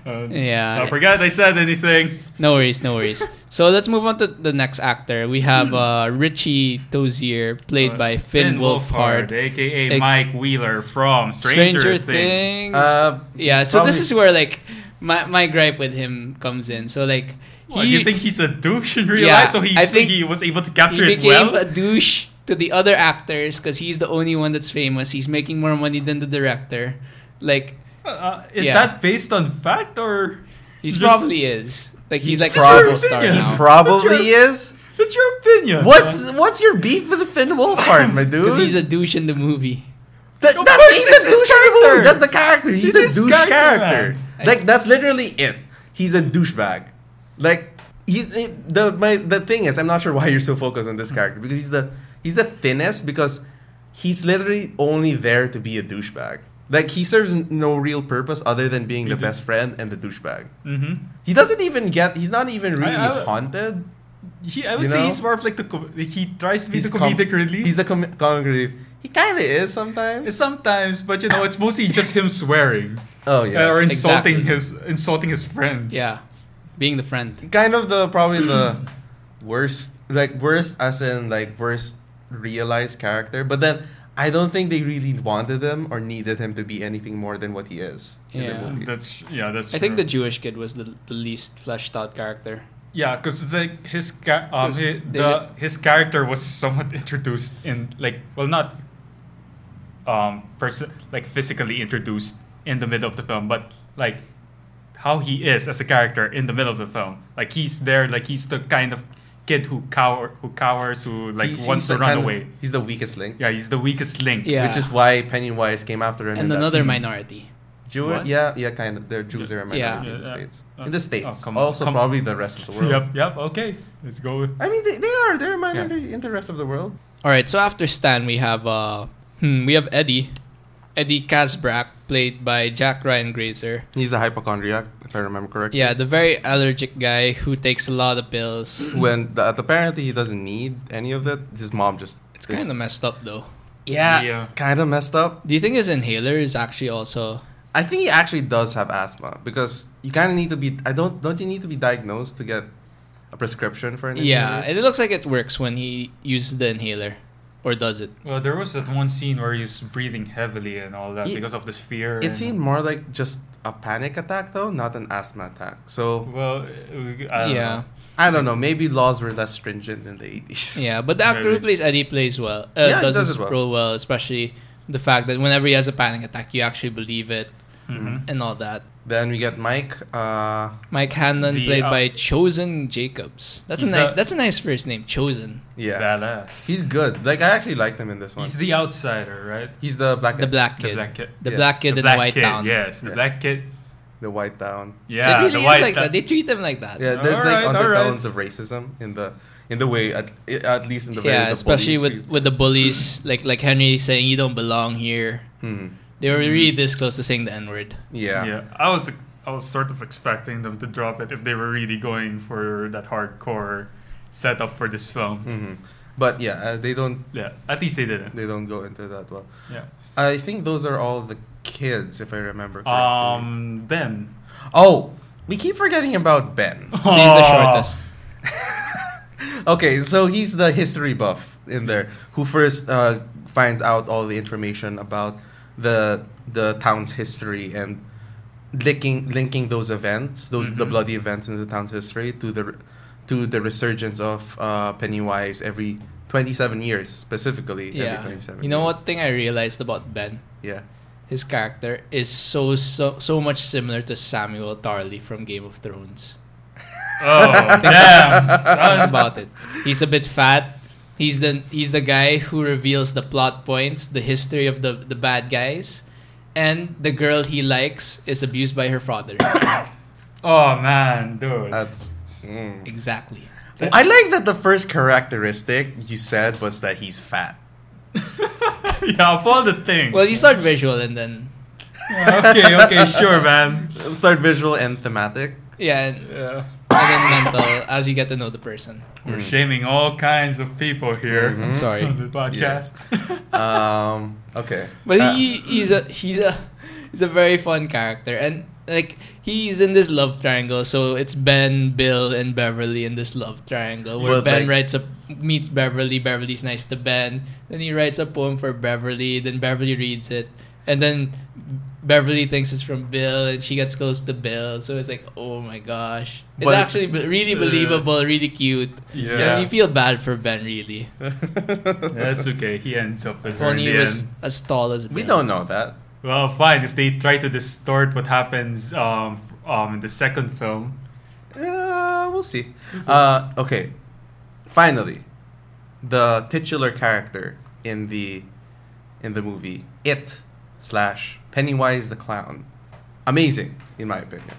[SPEAKER 4] Uh,
[SPEAKER 2] Yeah.
[SPEAKER 4] I forgot I said anything.
[SPEAKER 2] No worries, no worries. so let's move on to the next actor. We have uh, Richie Tozier, played by Uh, Finn, Wolfhard,
[SPEAKER 4] aka
[SPEAKER 2] Ec-
[SPEAKER 4] Mike Wheeler from Stranger, Things.
[SPEAKER 3] Uh,
[SPEAKER 2] yeah, so this
[SPEAKER 3] probably-
[SPEAKER 2] is where like my my gripe with him comes in. So like he,
[SPEAKER 4] What, you think he's a douche in real
[SPEAKER 2] Yeah,
[SPEAKER 4] life? So he
[SPEAKER 2] I think
[SPEAKER 4] he was able to
[SPEAKER 2] he
[SPEAKER 4] capture it
[SPEAKER 2] became
[SPEAKER 4] well.
[SPEAKER 2] a douche to the other actors because he's the only one that's famous. He's making more money than the director. Like
[SPEAKER 4] Uh, is
[SPEAKER 2] Yeah.
[SPEAKER 4] that based on fact or?
[SPEAKER 2] he's
[SPEAKER 4] Just-
[SPEAKER 2] probably is. Like he's like a
[SPEAKER 3] Prob-
[SPEAKER 2] Marvel star
[SPEAKER 4] Yeah.
[SPEAKER 2] now.
[SPEAKER 3] probably is.
[SPEAKER 4] That's your opinion.
[SPEAKER 3] What's what's your beef with the Finn Wolfhard, my dude?
[SPEAKER 2] Because he's a douche in the movie.
[SPEAKER 3] That,
[SPEAKER 4] Of
[SPEAKER 3] that-
[SPEAKER 4] course,
[SPEAKER 3] he's
[SPEAKER 4] that's
[SPEAKER 3] the
[SPEAKER 4] his
[SPEAKER 3] douche kind of
[SPEAKER 4] character.
[SPEAKER 3] movie. That's the character. He's
[SPEAKER 4] It's
[SPEAKER 3] the
[SPEAKER 4] his
[SPEAKER 3] douche
[SPEAKER 4] character,
[SPEAKER 3] character.
[SPEAKER 2] man.
[SPEAKER 3] Like that's literally it. He's a douchebag. Like he's it, the my the thing is, I'm not sure why you're so focused on this character because he's the he's the thinnest because he's literally only there to be a douchebag. Like he serves no real purpose other than being the
[SPEAKER 4] Mhm.
[SPEAKER 3] best friend and the douchebag.
[SPEAKER 4] hmm
[SPEAKER 3] He doesn't even get. He's not even really
[SPEAKER 4] I-
[SPEAKER 3] haunted.
[SPEAKER 4] He, I would
[SPEAKER 3] You
[SPEAKER 4] say
[SPEAKER 3] know?
[SPEAKER 4] he's more of like the com- he tries to be the
[SPEAKER 3] com-
[SPEAKER 4] comedic relief.
[SPEAKER 3] He's the com- comic relief. He kind of is sometimes.
[SPEAKER 4] sometimes, but you know, it's mostly just him swearing
[SPEAKER 3] Oh yeah.
[SPEAKER 4] uh, or insulting
[SPEAKER 2] Exactly.
[SPEAKER 4] his insulting his friends.
[SPEAKER 2] Yeah, being the friend.
[SPEAKER 3] kind of the probably the worst like worst as in like worst realized character but then i don't think they really wanted him or needed him to be anything more than what he is in the
[SPEAKER 2] Yeah.
[SPEAKER 3] movie.
[SPEAKER 4] that's yeah, that's.
[SPEAKER 2] I think the
[SPEAKER 4] true.
[SPEAKER 2] Jewish kid was the, the least fleshed out character.
[SPEAKER 4] Yeah, because it's like his ca- um,
[SPEAKER 2] 'Cause
[SPEAKER 4] hi-
[SPEAKER 2] they-
[SPEAKER 4] the his character was somewhat introduced in like well not um person like physically introduced in the middle of the film, but like how he is as a character in the middle of the film. Like he's there, like he's the kind of kid who cower who cowers who like
[SPEAKER 3] He's-
[SPEAKER 4] wants
[SPEAKER 3] he's
[SPEAKER 4] to
[SPEAKER 3] the
[SPEAKER 4] run
[SPEAKER 3] kind of-
[SPEAKER 4] away.
[SPEAKER 3] he's the weakest link
[SPEAKER 4] Yeah, he's the weakest link.
[SPEAKER 2] Yeah.
[SPEAKER 3] which is why pennywise came after him
[SPEAKER 2] And
[SPEAKER 3] in that
[SPEAKER 2] another
[SPEAKER 3] scene.
[SPEAKER 2] minority.
[SPEAKER 3] Jew-
[SPEAKER 4] What?
[SPEAKER 3] yeah yeah kind of they're jews are a
[SPEAKER 2] Yeah.
[SPEAKER 3] minority in the
[SPEAKER 4] Yeah.
[SPEAKER 3] states
[SPEAKER 4] Uh,
[SPEAKER 3] in the states
[SPEAKER 4] oh, come on,
[SPEAKER 3] also
[SPEAKER 4] come on.
[SPEAKER 3] probably the rest of the world
[SPEAKER 4] Yep, yep, okay. Let's go.
[SPEAKER 3] i mean they, they are they're a minority in the rest of the world
[SPEAKER 2] All right, so after Stan, we have uh, hmm, we have Eddie, Eddie Kasbrak, played by Jack Ryan Grazer.
[SPEAKER 3] he's the hypochondriac if i remember correctly
[SPEAKER 2] Yeah, the very allergic guy who takes a lot of pills.
[SPEAKER 3] when that apparently he doesn't need any of that his mom just
[SPEAKER 2] It's kind of messed up though.
[SPEAKER 3] Yeah,
[SPEAKER 4] Yeah.
[SPEAKER 3] kind of messed up.
[SPEAKER 2] Do you think his inhaler is actually also?
[SPEAKER 3] I think he actually does have asthma because you kind of need to be. I don't. Don't you need to be diagnosed to get a prescription for an
[SPEAKER 2] Yeah,
[SPEAKER 3] inhaler?
[SPEAKER 2] and it looks like it works when he uses the inhaler, or does it?
[SPEAKER 4] Well, there was that one scene where he's breathing heavily and all that
[SPEAKER 3] It-
[SPEAKER 4] because of this fear.
[SPEAKER 3] It
[SPEAKER 4] and-
[SPEAKER 3] seemed more like just a panic attack though, not an asthma attack. So
[SPEAKER 4] Well, I don't
[SPEAKER 2] Yeah,
[SPEAKER 3] I don't know. Maybe laws were less stringent in the eighties.
[SPEAKER 2] yeah. But the actor who
[SPEAKER 4] Maybe.
[SPEAKER 2] plays Eddie plays well. Uh,
[SPEAKER 3] Yeah, he
[SPEAKER 2] does
[SPEAKER 3] does
[SPEAKER 2] his
[SPEAKER 3] as well.
[SPEAKER 2] role well, especially the fact that whenever he has a panic attack, you actually believe it
[SPEAKER 4] hmm
[SPEAKER 3] Mm-hmm.
[SPEAKER 2] and all that.
[SPEAKER 3] Then we get Mike. Uh,
[SPEAKER 2] Mike Hanlon,
[SPEAKER 4] The,
[SPEAKER 2] played
[SPEAKER 4] uh,
[SPEAKER 2] by Chosen Jacobs. That's a
[SPEAKER 4] he's
[SPEAKER 2] nice.
[SPEAKER 4] the-
[SPEAKER 2] that's a nice first name, Chosen.
[SPEAKER 3] yeah,
[SPEAKER 4] Badass.
[SPEAKER 3] he's good. Like I actually liked him in this one.
[SPEAKER 4] He's
[SPEAKER 3] He's the,
[SPEAKER 4] the outsider, right?
[SPEAKER 3] black
[SPEAKER 2] The black
[SPEAKER 4] The
[SPEAKER 2] kid.
[SPEAKER 4] black kid.
[SPEAKER 2] The
[SPEAKER 3] Yeah.
[SPEAKER 2] black kid
[SPEAKER 4] the
[SPEAKER 2] in
[SPEAKER 4] black
[SPEAKER 2] the White
[SPEAKER 4] kid,
[SPEAKER 2] Town.
[SPEAKER 4] Yes, the
[SPEAKER 3] Yeah.
[SPEAKER 4] black kid.
[SPEAKER 3] the white town.
[SPEAKER 4] Yeah,
[SPEAKER 2] it really
[SPEAKER 4] the
[SPEAKER 2] is
[SPEAKER 4] white
[SPEAKER 2] like
[SPEAKER 4] town.
[SPEAKER 2] that. They treat him like that.
[SPEAKER 3] Yeah, there's
[SPEAKER 4] Alright,
[SPEAKER 3] like
[SPEAKER 4] alright.
[SPEAKER 3] undertones of racism in the in the way at at least in the way
[SPEAKER 2] yeah,
[SPEAKER 3] the
[SPEAKER 2] especially
[SPEAKER 3] bullies
[SPEAKER 2] with,
[SPEAKER 3] treat-
[SPEAKER 2] with the bullies, like like Henry saying you don't belong here.
[SPEAKER 3] Hmm.
[SPEAKER 2] They were
[SPEAKER 4] Mm-hmm.
[SPEAKER 2] really this close to saying the N word.
[SPEAKER 3] Yeah.
[SPEAKER 4] I was I was sort of expecting them to drop it if they were really going for that hardcore setup for this film.
[SPEAKER 3] Mhm. But yeah, uh, they don't
[SPEAKER 4] Yeah, at least they didn't.
[SPEAKER 3] they don't go into that well.
[SPEAKER 4] Yeah.
[SPEAKER 3] I think those are all the kids, if I remember correctly.
[SPEAKER 4] Um, Ben.
[SPEAKER 3] oh, we keep forgetting about Ben.
[SPEAKER 2] So he's the shortest.
[SPEAKER 3] okay, so he's the history buff in there who first uh, finds out all the information about the the town's history and linking linking those events, those
[SPEAKER 2] Mm-hmm.
[SPEAKER 3] the
[SPEAKER 4] Mhm.
[SPEAKER 3] bloody events in the town's history to the to the resurgence of uh, Pennywise every 27 years specifically every
[SPEAKER 2] Yeah.
[SPEAKER 3] 27
[SPEAKER 2] You know
[SPEAKER 3] years.
[SPEAKER 2] what thing I realized about Ben?
[SPEAKER 3] yeah
[SPEAKER 2] His character is so so so much similar to Samuel Tarly from Game of Thrones.
[SPEAKER 4] Oh, damn. son.
[SPEAKER 2] Think about it. He's a bit fat. He's the he's the guy who reveals the plot points, the history of the the bad guys, and the girl he likes is abused by her father.
[SPEAKER 4] Oh man, dude.
[SPEAKER 3] Uh, mm.
[SPEAKER 2] exactly.
[SPEAKER 3] I like that the first characteristic you said was that he's fat.
[SPEAKER 4] yeah, of all the things.
[SPEAKER 2] Well, you start visual and then
[SPEAKER 4] Yeah, okay, okay, sure, man.
[SPEAKER 3] Start visual and thematic.
[SPEAKER 2] yeah, and,
[SPEAKER 4] Yeah.
[SPEAKER 2] and then mental as you get to know the person.
[SPEAKER 4] We're
[SPEAKER 3] Hmm.
[SPEAKER 4] shaming all kinds of people here
[SPEAKER 3] Mhm.
[SPEAKER 2] I'm sorry,
[SPEAKER 4] on the podcast.
[SPEAKER 3] Um, okay.
[SPEAKER 2] but
[SPEAKER 3] Uh,
[SPEAKER 2] he he's a he's a he's a very fun character, and like he's in this love triangle. So it's Ben, Bill, and Beverly in this love triangle where
[SPEAKER 3] But,
[SPEAKER 2] Ben
[SPEAKER 3] like-
[SPEAKER 2] writes a meets Beverly. Beverly's nice to Ben. Then he writes a poem for Beverly. Then Beverly reads it, and then Beverly thinks it's from Bill, and she gets close to Bill. So it's like, oh my gosh, it's
[SPEAKER 3] But-
[SPEAKER 2] actually be- really
[SPEAKER 4] Uh,
[SPEAKER 2] believable, really cute. and
[SPEAKER 4] Yeah.
[SPEAKER 2] you feel bad for Ben really.
[SPEAKER 3] Uh,
[SPEAKER 4] That's okay. He ends up with
[SPEAKER 2] If
[SPEAKER 4] her in
[SPEAKER 2] only he
[SPEAKER 4] the
[SPEAKER 2] was
[SPEAKER 4] end.
[SPEAKER 2] as tall as
[SPEAKER 3] we
[SPEAKER 2] Ben.
[SPEAKER 3] don't know that.
[SPEAKER 4] Well, fine. If they try to distort what happens um, f- um, in the second film,
[SPEAKER 3] Uh, we'll see. Uh, okay. Finally, the titular character in the in the movie, it slash Pennywise the clown, amazing in my opinion.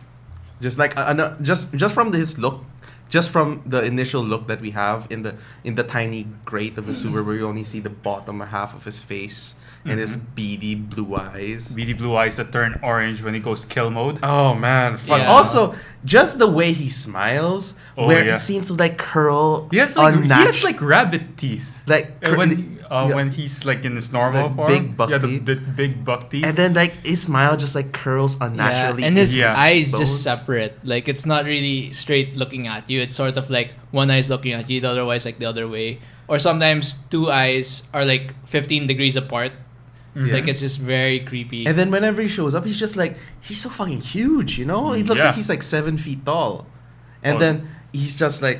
[SPEAKER 3] Just like uh, ano- just just from his look, just from the initial look that we have in the in the tiny grate of the sewer where you only see the bottom half of his face and his beady blue eyes.
[SPEAKER 4] really blue eyes that turn orange when he goes kill mode.
[SPEAKER 3] Oh man, fun.
[SPEAKER 2] Yeah.
[SPEAKER 3] Also, just the way he smiles,
[SPEAKER 4] Oh,
[SPEAKER 3] where
[SPEAKER 4] yeah.
[SPEAKER 3] it seems to like curl
[SPEAKER 4] He has like he has
[SPEAKER 3] unnatu-
[SPEAKER 4] like rabbit teeth.
[SPEAKER 3] Like,
[SPEAKER 4] Uh,
[SPEAKER 3] cr-
[SPEAKER 4] when uh,
[SPEAKER 3] yeah.
[SPEAKER 4] when he's like in his normal
[SPEAKER 3] The
[SPEAKER 4] form,
[SPEAKER 3] big buck
[SPEAKER 4] yeah, the,
[SPEAKER 3] teeth.
[SPEAKER 4] the big buck teeth.
[SPEAKER 3] and then like his smile just like curls unnaturally.
[SPEAKER 2] Yeah, and his
[SPEAKER 4] Yeah.
[SPEAKER 2] eyes
[SPEAKER 3] bones.
[SPEAKER 2] just separate. Like it's not really straight looking at you. It's sort of like one eye's looking at you, the other eye's like the other way. Or sometimes two eyes are like 15 degrees apart.
[SPEAKER 3] Mm-hmm. Yeah.
[SPEAKER 2] Like it's just very creepy.
[SPEAKER 3] And then whenever he shows up, he's just like he's so fucking huge, you know? It looks
[SPEAKER 4] Yeah.
[SPEAKER 3] like he's like seven feet tall, and
[SPEAKER 4] Oh.
[SPEAKER 3] then he's just like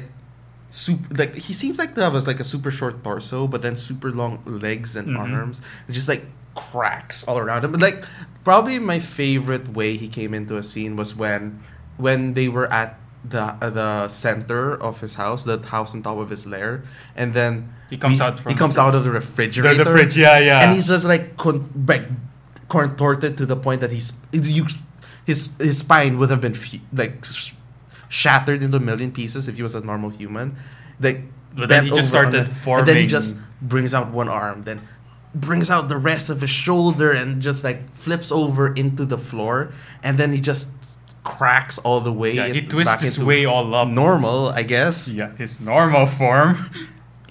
[SPEAKER 3] super. Like he seems like to have like a super short torso, but then super long legs and
[SPEAKER 4] Mhm.
[SPEAKER 3] arms, and just like cracks all around him. But like probably my favorite way he came into a scene was when when they were at the uh, the center of his house, the house on top of his lair, and then.
[SPEAKER 4] He comes
[SPEAKER 3] we-
[SPEAKER 4] out from
[SPEAKER 3] he comes out of the refrigerator.
[SPEAKER 4] fridge, yeah, yeah.
[SPEAKER 3] And he's just like con- like contorted to the point that he's you, his his spine would have been f- like sh- shattered into a million pieces if he was a normal human. Like,
[SPEAKER 4] But then
[SPEAKER 3] bent
[SPEAKER 4] he just
[SPEAKER 3] over on
[SPEAKER 4] started
[SPEAKER 3] the- And then he
[SPEAKER 4] forming-
[SPEAKER 3] just brings out one arm, then brings out the rest of his shoulder, and just like flips over into the floor, and then he just cracks all the way.
[SPEAKER 4] yeah, he
[SPEAKER 3] in-
[SPEAKER 4] twists
[SPEAKER 3] back
[SPEAKER 4] his
[SPEAKER 3] into
[SPEAKER 4] way all up.
[SPEAKER 3] normal, I guess.
[SPEAKER 4] yeah, his normal form,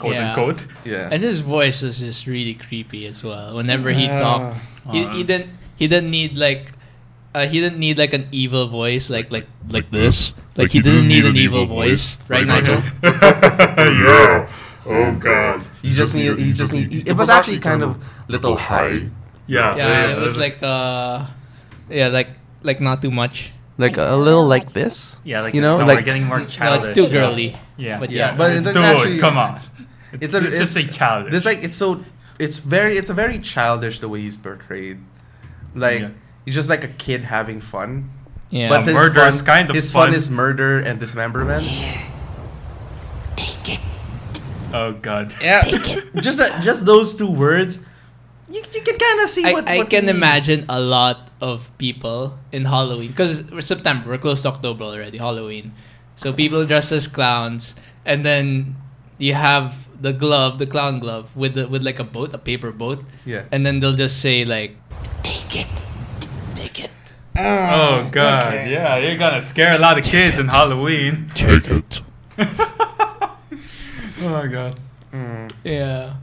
[SPEAKER 4] quote
[SPEAKER 2] Yeah.
[SPEAKER 4] unquote.
[SPEAKER 3] Yeah.
[SPEAKER 2] And his voice was just really creepy as well. Whenever he
[SPEAKER 3] Yeah.
[SPEAKER 2] talked, he,
[SPEAKER 4] Uh.
[SPEAKER 2] he didn't he didn't need like uh, he didn't need like an evil voice like like like this. Like, he didn't need an evil voice, right, Nigel?
[SPEAKER 5] yeah. Oh god.
[SPEAKER 3] you just need. You just need. It was actually kind of little high.
[SPEAKER 4] Yeah,
[SPEAKER 2] Yeah, it was like uh, yeah, like like not too much.
[SPEAKER 3] like a little like this.
[SPEAKER 4] yeah, like
[SPEAKER 3] you know,
[SPEAKER 4] no,
[SPEAKER 3] like
[SPEAKER 4] we're getting more
[SPEAKER 2] No,
[SPEAKER 4] childish.
[SPEAKER 2] it's too girly.
[SPEAKER 4] Yeah,
[SPEAKER 2] But
[SPEAKER 3] yeah,
[SPEAKER 2] yeah,
[SPEAKER 3] but it doesn't
[SPEAKER 4] dude,
[SPEAKER 3] actually.
[SPEAKER 4] come on.
[SPEAKER 3] It's
[SPEAKER 4] It's,
[SPEAKER 3] a-
[SPEAKER 4] it's just
[SPEAKER 3] it's-
[SPEAKER 4] a childish.
[SPEAKER 3] This like it's so it's very it's a very childish the way he's portrayed. Like
[SPEAKER 4] Yeah.
[SPEAKER 3] he's just like a kid having fun.
[SPEAKER 2] yeah.
[SPEAKER 3] But his
[SPEAKER 4] murder
[SPEAKER 3] fun,
[SPEAKER 4] is kind of
[SPEAKER 3] his fun.
[SPEAKER 4] fun.
[SPEAKER 3] is murder and dismemberment.
[SPEAKER 4] oh god.
[SPEAKER 3] Yeah, just that, just those two words. You, you can kind of see
[SPEAKER 2] I,
[SPEAKER 3] what
[SPEAKER 2] I
[SPEAKER 3] what
[SPEAKER 2] can
[SPEAKER 3] he-
[SPEAKER 2] imagine a lot of people in Halloween because we're September, we're close to October already, Halloween. So people dress as clowns, and then you have the glove, the clown glove, with the, with like a boat, a paper boat,
[SPEAKER 3] Yeah.
[SPEAKER 2] and then they'll just say like, "Take it, take it,
[SPEAKER 4] Oh god. Yeah, you're gonna scare a lot of kids in Halloween.
[SPEAKER 5] Take it.
[SPEAKER 4] Oh god.
[SPEAKER 2] yeah."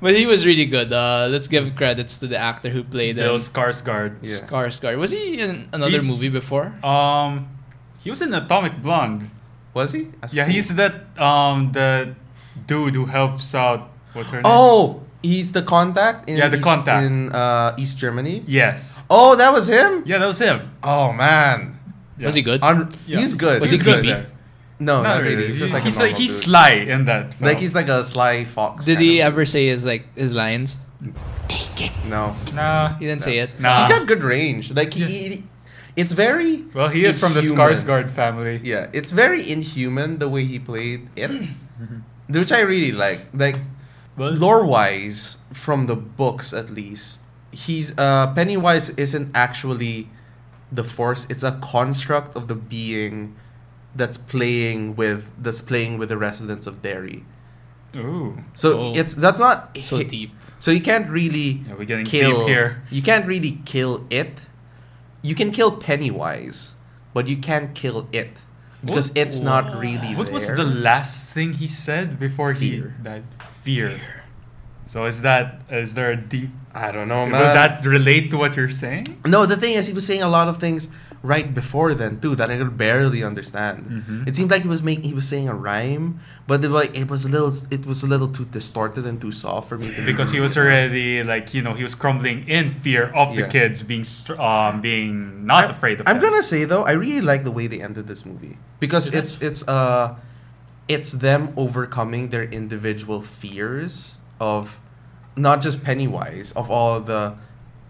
[SPEAKER 2] But he was really good. Uh, let's give credits to the actor who played him.
[SPEAKER 4] Bill Skarsgård.
[SPEAKER 3] Yeah.
[SPEAKER 2] Skarsgård. Was he in another
[SPEAKER 4] He's-
[SPEAKER 2] movie before?
[SPEAKER 4] Um, he was in Atomic Blonde.
[SPEAKER 3] Was he? That's
[SPEAKER 4] Yeah,
[SPEAKER 3] cool.
[SPEAKER 4] he's that um the dude who helps out. What's her name?
[SPEAKER 3] Oh, he's the contact. In
[SPEAKER 4] Yeah, the
[SPEAKER 3] East-
[SPEAKER 4] contact.
[SPEAKER 3] in uh, East Germany.
[SPEAKER 4] Yes.
[SPEAKER 3] Oh, that was him.
[SPEAKER 4] Yeah, that was him.
[SPEAKER 3] Oh man,
[SPEAKER 4] Yeah.
[SPEAKER 2] Was he good?
[SPEAKER 3] Un-
[SPEAKER 4] Yeah.
[SPEAKER 3] he's good.
[SPEAKER 2] Was
[SPEAKER 3] he's
[SPEAKER 2] he
[SPEAKER 3] good.
[SPEAKER 2] creepy?
[SPEAKER 3] No,
[SPEAKER 4] Not really.
[SPEAKER 3] He's
[SPEAKER 4] He's
[SPEAKER 3] just like
[SPEAKER 4] he's,
[SPEAKER 3] a normal
[SPEAKER 4] he's
[SPEAKER 3] dude.
[SPEAKER 4] sly in that. film.
[SPEAKER 3] Like he's like a sly fox.
[SPEAKER 2] Did
[SPEAKER 3] kind
[SPEAKER 2] he
[SPEAKER 3] of-
[SPEAKER 2] ever say his like his lines?
[SPEAKER 3] No.
[SPEAKER 4] nah.
[SPEAKER 2] He didn't say it.
[SPEAKER 4] Nah.
[SPEAKER 3] he's got good range. Like he, he- it's very
[SPEAKER 4] Well, he is from the
[SPEAKER 3] inhuman.
[SPEAKER 4] Skarsgård family.
[SPEAKER 3] Yeah, it's very inhuman the way he played it,
[SPEAKER 4] Mm-hmm.
[SPEAKER 3] which I really like. Like
[SPEAKER 4] Well,
[SPEAKER 3] lore wise, from the books at least, he's uh Pennywise isn't actually the force. It's a construct of the being that's playing with that's playing with the residents of Derry.
[SPEAKER 4] Ooh.
[SPEAKER 3] So
[SPEAKER 2] Oh.
[SPEAKER 3] it's that's not
[SPEAKER 2] So
[SPEAKER 3] hi-
[SPEAKER 2] deep.
[SPEAKER 3] So you can't really
[SPEAKER 4] Yeah, we're getting
[SPEAKER 3] kill
[SPEAKER 4] deep here.
[SPEAKER 3] You can't really kill it. You can kill Pennywise, but you can't kill it because
[SPEAKER 4] What-
[SPEAKER 3] it's not really
[SPEAKER 4] What was
[SPEAKER 3] there.
[SPEAKER 4] the last thing he said before
[SPEAKER 3] Fear.
[SPEAKER 4] he died? Fear. So is that is there a deep?
[SPEAKER 3] I don't know,
[SPEAKER 4] Would
[SPEAKER 3] Oh, man.
[SPEAKER 4] that relate to what you're saying?
[SPEAKER 3] No, the thing is, he was saying a lot of things right before then too that I could barely understand.
[SPEAKER 4] Mm-hmm.
[SPEAKER 3] It seemed like he was making he was saying a rhyme, but it, like, it was a little it was a little too distorted and too soft for me. To
[SPEAKER 4] Because he was already like you know he was crumbling in fear of
[SPEAKER 3] Yeah.
[SPEAKER 4] the kids being str- um being not
[SPEAKER 3] I'm-
[SPEAKER 4] afraid of.
[SPEAKER 3] I'm
[SPEAKER 4] them.
[SPEAKER 3] gonna say though, I really like the way they ended this movie because
[SPEAKER 4] Did they?
[SPEAKER 3] it's it's uh, it's them overcoming their individual fears of not just Pennywise of all the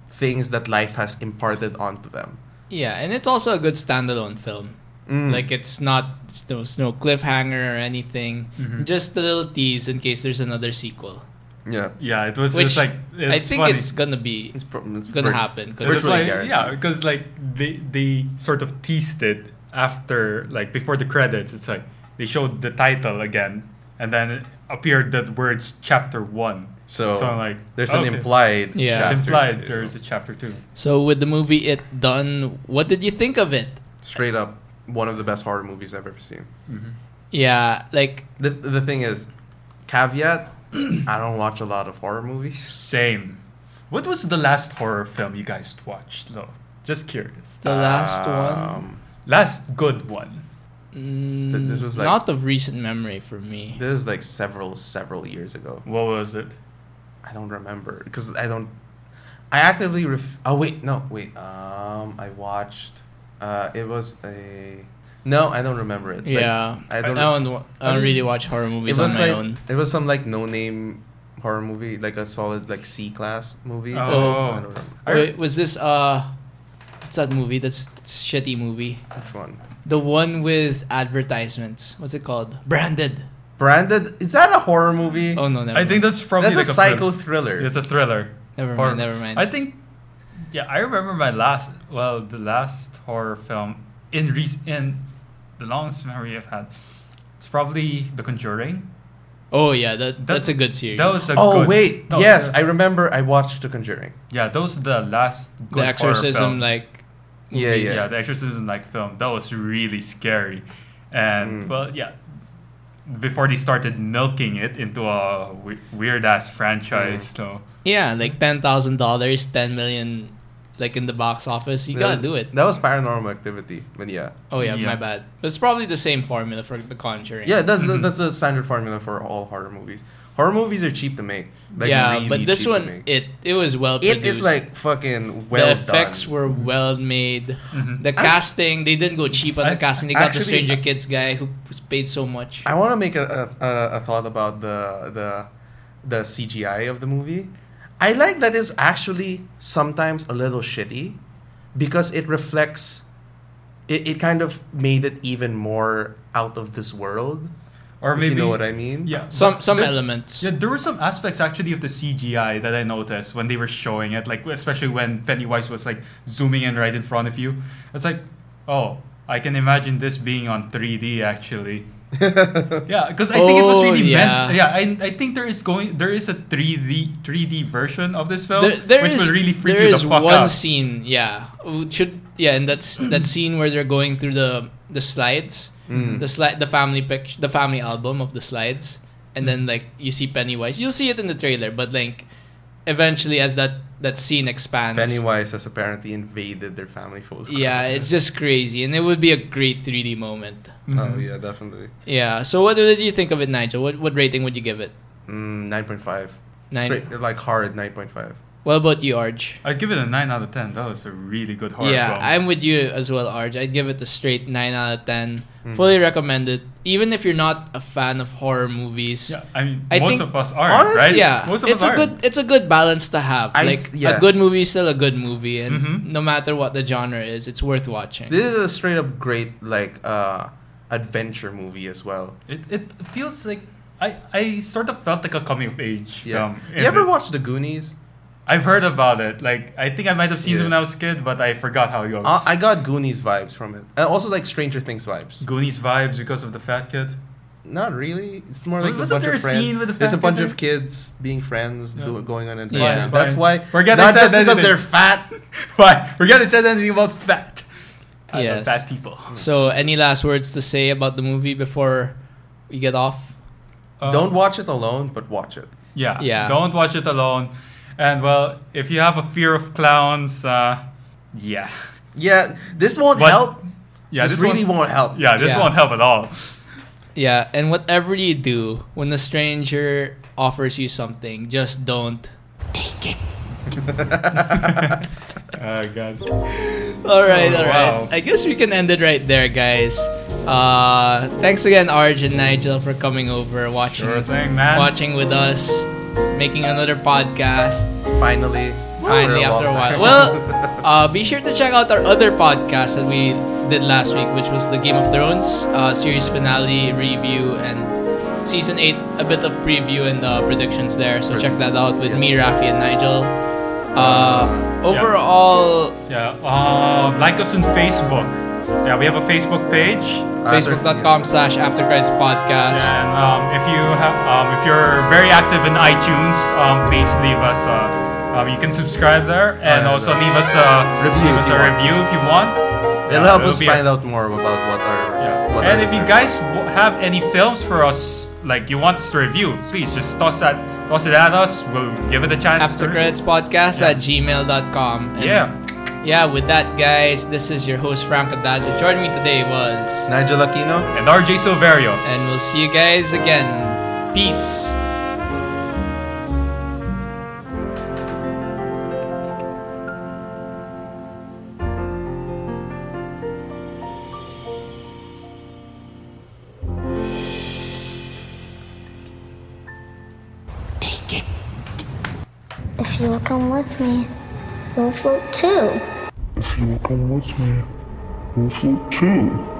[SPEAKER 3] things that life has imparted onto them.
[SPEAKER 2] Yeah, and it's also a good standalone film.
[SPEAKER 3] Mm.
[SPEAKER 2] Like it's not it's no, it's no cliffhanger or anything.
[SPEAKER 3] Mm-hmm.
[SPEAKER 2] Just a little tease in case there's another sequel.
[SPEAKER 3] Yeah,
[SPEAKER 4] Yeah, it was
[SPEAKER 2] Which
[SPEAKER 4] just like it's
[SPEAKER 2] I think
[SPEAKER 4] funny.
[SPEAKER 2] it's gonna be
[SPEAKER 3] it's, pro- it's
[SPEAKER 2] gonna
[SPEAKER 3] virt-
[SPEAKER 2] happen 'cause
[SPEAKER 4] It was
[SPEAKER 2] Virtually
[SPEAKER 4] like,
[SPEAKER 3] guaranteed.
[SPEAKER 4] yeah, because like they they sort of teased it after like before the credits. It's like they showed the title again, and then it appeared the words chapter one.
[SPEAKER 3] So,
[SPEAKER 4] I'm like
[SPEAKER 3] there's an
[SPEAKER 4] okay.
[SPEAKER 3] implied.
[SPEAKER 2] Yeah.
[SPEAKER 4] It's
[SPEAKER 3] chapter
[SPEAKER 4] implied
[SPEAKER 3] two.
[SPEAKER 4] there's a chapter two.
[SPEAKER 2] so with the movie it done. What did you think of it?
[SPEAKER 3] straight up one of the best horror movies I've ever seen.
[SPEAKER 2] Yeah, like
[SPEAKER 3] The the thing is, caveat: I don't watch a lot of horror movies.
[SPEAKER 4] Same. What was the last horror film you guys watched though? Just curious.
[SPEAKER 2] the last one.
[SPEAKER 3] Um,
[SPEAKER 4] Last good one.
[SPEAKER 2] Mm,
[SPEAKER 3] th- this was like-
[SPEAKER 2] not of recent memory for me.
[SPEAKER 3] This is like several several years ago.
[SPEAKER 4] What was it?
[SPEAKER 3] I don't remember because I don't. I actively ref. Oh wait, no wait. Um, I watched. Uh, it was a. No, I don't remember it. Like,
[SPEAKER 2] yeah,
[SPEAKER 3] I don't.
[SPEAKER 2] I don't. wa- I don't really watch horror
[SPEAKER 3] it
[SPEAKER 2] movies on
[SPEAKER 3] was
[SPEAKER 2] my
[SPEAKER 3] like
[SPEAKER 2] own.
[SPEAKER 3] it was some like no name horror movie, like a solid like C class movie. but
[SPEAKER 4] Oh.
[SPEAKER 3] I don't remember
[SPEAKER 4] I-
[SPEAKER 2] Wait, was this uh, what's that movie? That's, that's shitty movie.
[SPEAKER 3] which one.
[SPEAKER 2] The one with advertisements. What's it called? Branded.
[SPEAKER 3] Branded is that a horror movie?
[SPEAKER 2] Oh no, never.
[SPEAKER 4] I think
[SPEAKER 2] mind.
[SPEAKER 4] that's probably
[SPEAKER 3] That's
[SPEAKER 4] like
[SPEAKER 3] a psycho
[SPEAKER 4] thriller.
[SPEAKER 3] thriller.
[SPEAKER 4] It's a thriller.
[SPEAKER 2] Never
[SPEAKER 4] Horror.
[SPEAKER 2] mind. Never mind.
[SPEAKER 4] I think, yeah, I remember my last, well, the last horror film in rec- in the longest memory I've had. It's probably The Conjuring.
[SPEAKER 2] oh yeah, that, that's a good series.
[SPEAKER 4] That was a
[SPEAKER 3] oh
[SPEAKER 4] good-
[SPEAKER 3] wait,
[SPEAKER 4] that was
[SPEAKER 3] yes,
[SPEAKER 4] the-
[SPEAKER 3] I remember. I watched The Conjuring.
[SPEAKER 4] yeah, that was the last good
[SPEAKER 2] the
[SPEAKER 4] horror
[SPEAKER 2] exorcism
[SPEAKER 4] film.
[SPEAKER 2] like.
[SPEAKER 3] Yeah,
[SPEAKER 4] yeah.
[SPEAKER 3] yeah.
[SPEAKER 4] the exorcism like film. That was really scary, and
[SPEAKER 3] Mm.
[SPEAKER 4] well, yeah. Before they started milking it into a weird ass
[SPEAKER 3] Hmm.
[SPEAKER 4] franchise, so
[SPEAKER 2] Yeah, like ten thousand dollars, ten million, like in the box office. You gotta
[SPEAKER 3] That-
[SPEAKER 2] do it.
[SPEAKER 3] That was Paranormal Activity, but yeah,
[SPEAKER 2] Oh yeah,
[SPEAKER 4] Yeah.
[SPEAKER 2] my bad. It's probably the same formula for The Conjuring.
[SPEAKER 3] yeah, that's the,
[SPEAKER 4] Mhm.
[SPEAKER 3] that's the standard formula for all horror movies. Horror movies are cheap to make. Like,
[SPEAKER 2] yeah,
[SPEAKER 3] really
[SPEAKER 2] but this
[SPEAKER 3] cheap to
[SPEAKER 2] one,
[SPEAKER 3] make.
[SPEAKER 2] it it was well.
[SPEAKER 3] it is
[SPEAKER 2] produced.
[SPEAKER 3] like fucking well
[SPEAKER 2] the effects
[SPEAKER 3] done. Mm-hmm.
[SPEAKER 2] were well made.
[SPEAKER 4] Mhm.
[SPEAKER 2] The casting, they didn't go cheap on
[SPEAKER 4] I-
[SPEAKER 2] the casting. They got the
[SPEAKER 3] actually-
[SPEAKER 2] Stranger Kids guy who was paid so much.
[SPEAKER 3] I want to make a, a, a, a thought about the the the CGI of the movie. I like that it's actually sometimes a little shitty because it reflects it, it kind of made it even more out of this world.
[SPEAKER 4] or
[SPEAKER 3] if
[SPEAKER 4] maybe
[SPEAKER 3] you know what I mean?
[SPEAKER 4] Yeah,
[SPEAKER 2] some some
[SPEAKER 4] there-
[SPEAKER 2] elements.
[SPEAKER 4] Yeah, there were some aspects actually of the CGI that I noticed when they were showing it, like especially when Pennywise was like zooming in right in front of you. It's like, oh, I can imagine this being on 3D actually. yeah, because I think it was
[SPEAKER 2] Oh,
[SPEAKER 4] really
[SPEAKER 2] yeah.
[SPEAKER 4] meant. Yeah, I, I think there is going there is a 3D 3D version of this film,
[SPEAKER 2] There, there
[SPEAKER 4] which
[SPEAKER 2] is-
[SPEAKER 4] will really freak
[SPEAKER 2] there
[SPEAKER 4] you
[SPEAKER 2] is
[SPEAKER 4] the fuck
[SPEAKER 2] one
[SPEAKER 4] out.
[SPEAKER 2] scene, yeah, which should yeah, and that's that scene where they're going through the the slides,
[SPEAKER 3] Mm.
[SPEAKER 2] the slide, the family pic, the family album of the slides, and
[SPEAKER 4] Mm.
[SPEAKER 2] then like you see Pennywise. You'll see it in the trailer, but like eventually as that that scene expands,
[SPEAKER 3] Pennywise has apparently invaded their family photographs.
[SPEAKER 2] yeah, it's just crazy, and it would be a great 3D moment.
[SPEAKER 4] Mhm.
[SPEAKER 3] oh yeah, definitely.
[SPEAKER 2] Yeah. So what did you think of it, Nigel? What what rating would you give it?
[SPEAKER 3] Mm, nine point five.
[SPEAKER 2] Nine.
[SPEAKER 3] Straight, like hard nine point five.
[SPEAKER 2] What about you, Arj?
[SPEAKER 4] I'd give it a nine out of ten. That was a really good horror
[SPEAKER 2] yeah,
[SPEAKER 4] film.
[SPEAKER 2] I'm with you as well, Arj. I'd give it a straight nine out of 10 Fully recommend it, even if you're not a fan of horror movies.
[SPEAKER 4] yeah, I mean,
[SPEAKER 2] I
[SPEAKER 4] most
[SPEAKER 2] think-
[SPEAKER 4] of us are,
[SPEAKER 3] Honestly,
[SPEAKER 4] right?
[SPEAKER 2] Yeah,
[SPEAKER 4] most of
[SPEAKER 2] it's
[SPEAKER 4] us
[SPEAKER 2] a
[SPEAKER 4] are.
[SPEAKER 2] good it's a good balance to have.
[SPEAKER 3] I'd
[SPEAKER 2] like
[SPEAKER 3] s- yeah.
[SPEAKER 2] a good movie is still a good movie, and
[SPEAKER 4] Mhm.
[SPEAKER 2] no matter what the genre is, it's worth watching.
[SPEAKER 3] This is a straight up great like uh adventure movie as well.
[SPEAKER 4] It, it feels like I, I sort of felt like a coming of age
[SPEAKER 3] Yeah.
[SPEAKER 4] film.
[SPEAKER 3] you
[SPEAKER 4] in
[SPEAKER 3] ever
[SPEAKER 4] it.
[SPEAKER 3] watch The Goonies?
[SPEAKER 4] I've heard about it. Like I think I might have seen
[SPEAKER 3] Yeah.
[SPEAKER 4] it when I was a kid, but Uh, I forgot how it goes.
[SPEAKER 3] I, I got Goonies vibes from it, and also like Stranger Things vibes.
[SPEAKER 4] Goonies vibes because of the fat kid.
[SPEAKER 3] Not really. It's more like
[SPEAKER 4] Wasn't
[SPEAKER 3] a bunch
[SPEAKER 4] there
[SPEAKER 3] of
[SPEAKER 4] a
[SPEAKER 3] friends.
[SPEAKER 4] scene with the
[SPEAKER 3] There's a
[SPEAKER 4] fat
[SPEAKER 3] bunch
[SPEAKER 4] kid
[SPEAKER 3] of kids being friends,
[SPEAKER 4] Yeah.
[SPEAKER 3] do, going on adventure.
[SPEAKER 2] Yeah.
[SPEAKER 3] That's
[SPEAKER 4] Fine.
[SPEAKER 3] why.
[SPEAKER 4] Forget I
[SPEAKER 3] not
[SPEAKER 4] said
[SPEAKER 3] just because
[SPEAKER 4] anything.
[SPEAKER 3] they're fat.
[SPEAKER 4] Why? Forget it said anything about fat. I
[SPEAKER 2] Yes.
[SPEAKER 4] love fat people.
[SPEAKER 2] so, any last words to say about the movie before we get off?
[SPEAKER 4] Um,
[SPEAKER 3] Don't watch it alone, but watch it.
[SPEAKER 4] Yeah.
[SPEAKER 2] Yeah.
[SPEAKER 4] Don't watch it alone. And well, if you have a fear of clowns, uh, yeah.
[SPEAKER 3] Yeah, this won't
[SPEAKER 4] But-
[SPEAKER 3] help.
[SPEAKER 4] Yeah,
[SPEAKER 3] this, really
[SPEAKER 4] won't,
[SPEAKER 3] won't help.
[SPEAKER 4] Yeah, this
[SPEAKER 2] Yeah.
[SPEAKER 4] won't help at all.
[SPEAKER 2] Yeah, and whatever you do, when a stranger offers you something, just don't.
[SPEAKER 4] Oh god.
[SPEAKER 2] All right,
[SPEAKER 4] Oh,
[SPEAKER 2] all right.
[SPEAKER 4] wow.
[SPEAKER 2] I guess we can end it right there, guys. Uh, thanks again, Arj and Nigel, for coming over, watching,
[SPEAKER 4] Sure thing, man.
[SPEAKER 2] watching with us, making another podcast.
[SPEAKER 3] Finally.
[SPEAKER 2] Finally, after a while. Well, uh, be sure to check out our other podcast that we did last week, which was the Game of Thrones uh, series finale review and season eight, a bit of preview and uh, predictions there. So check that out with me, Rafi, and Nigel. Uh, overall,
[SPEAKER 4] Yeah. Um, like us on Facebook. Yeah, we have a Facebook page.
[SPEAKER 3] After-
[SPEAKER 2] facebook.com slash aftercredits podcast.
[SPEAKER 4] And um, if you have, um, if you're very active in iTunes, um, please leave us. Uh, um, you can subscribe there, and
[SPEAKER 3] yeah,
[SPEAKER 4] also
[SPEAKER 3] the-
[SPEAKER 4] leave us a
[SPEAKER 3] Review
[SPEAKER 4] Leave
[SPEAKER 3] if
[SPEAKER 4] us
[SPEAKER 3] you
[SPEAKER 4] a
[SPEAKER 3] want.
[SPEAKER 4] review if you want.
[SPEAKER 3] It'll
[SPEAKER 4] Yeah,
[SPEAKER 3] help
[SPEAKER 4] it'll
[SPEAKER 3] us
[SPEAKER 4] be a-
[SPEAKER 3] find out more about what our.
[SPEAKER 4] Yeah.
[SPEAKER 3] What
[SPEAKER 4] And
[SPEAKER 3] our
[SPEAKER 4] if you
[SPEAKER 3] listeners
[SPEAKER 4] guys w- have any films for us, like you want us to review, please just toss that, toss it at us. We'll give it a chance. to re-
[SPEAKER 2] Aftercreditspodcast
[SPEAKER 4] Yeah.
[SPEAKER 2] at gmail.com. And
[SPEAKER 4] Yeah.
[SPEAKER 2] Yeah, with that, guys, this is your host, Frank Adagio. Joining me today was.
[SPEAKER 3] Nigel Aquino.
[SPEAKER 4] And RJ Silverio.
[SPEAKER 2] And we'll see you guys again. Peace.
[SPEAKER 6] If you will come with me, you'll float too.
[SPEAKER 5] If you will come with me, we'll float too.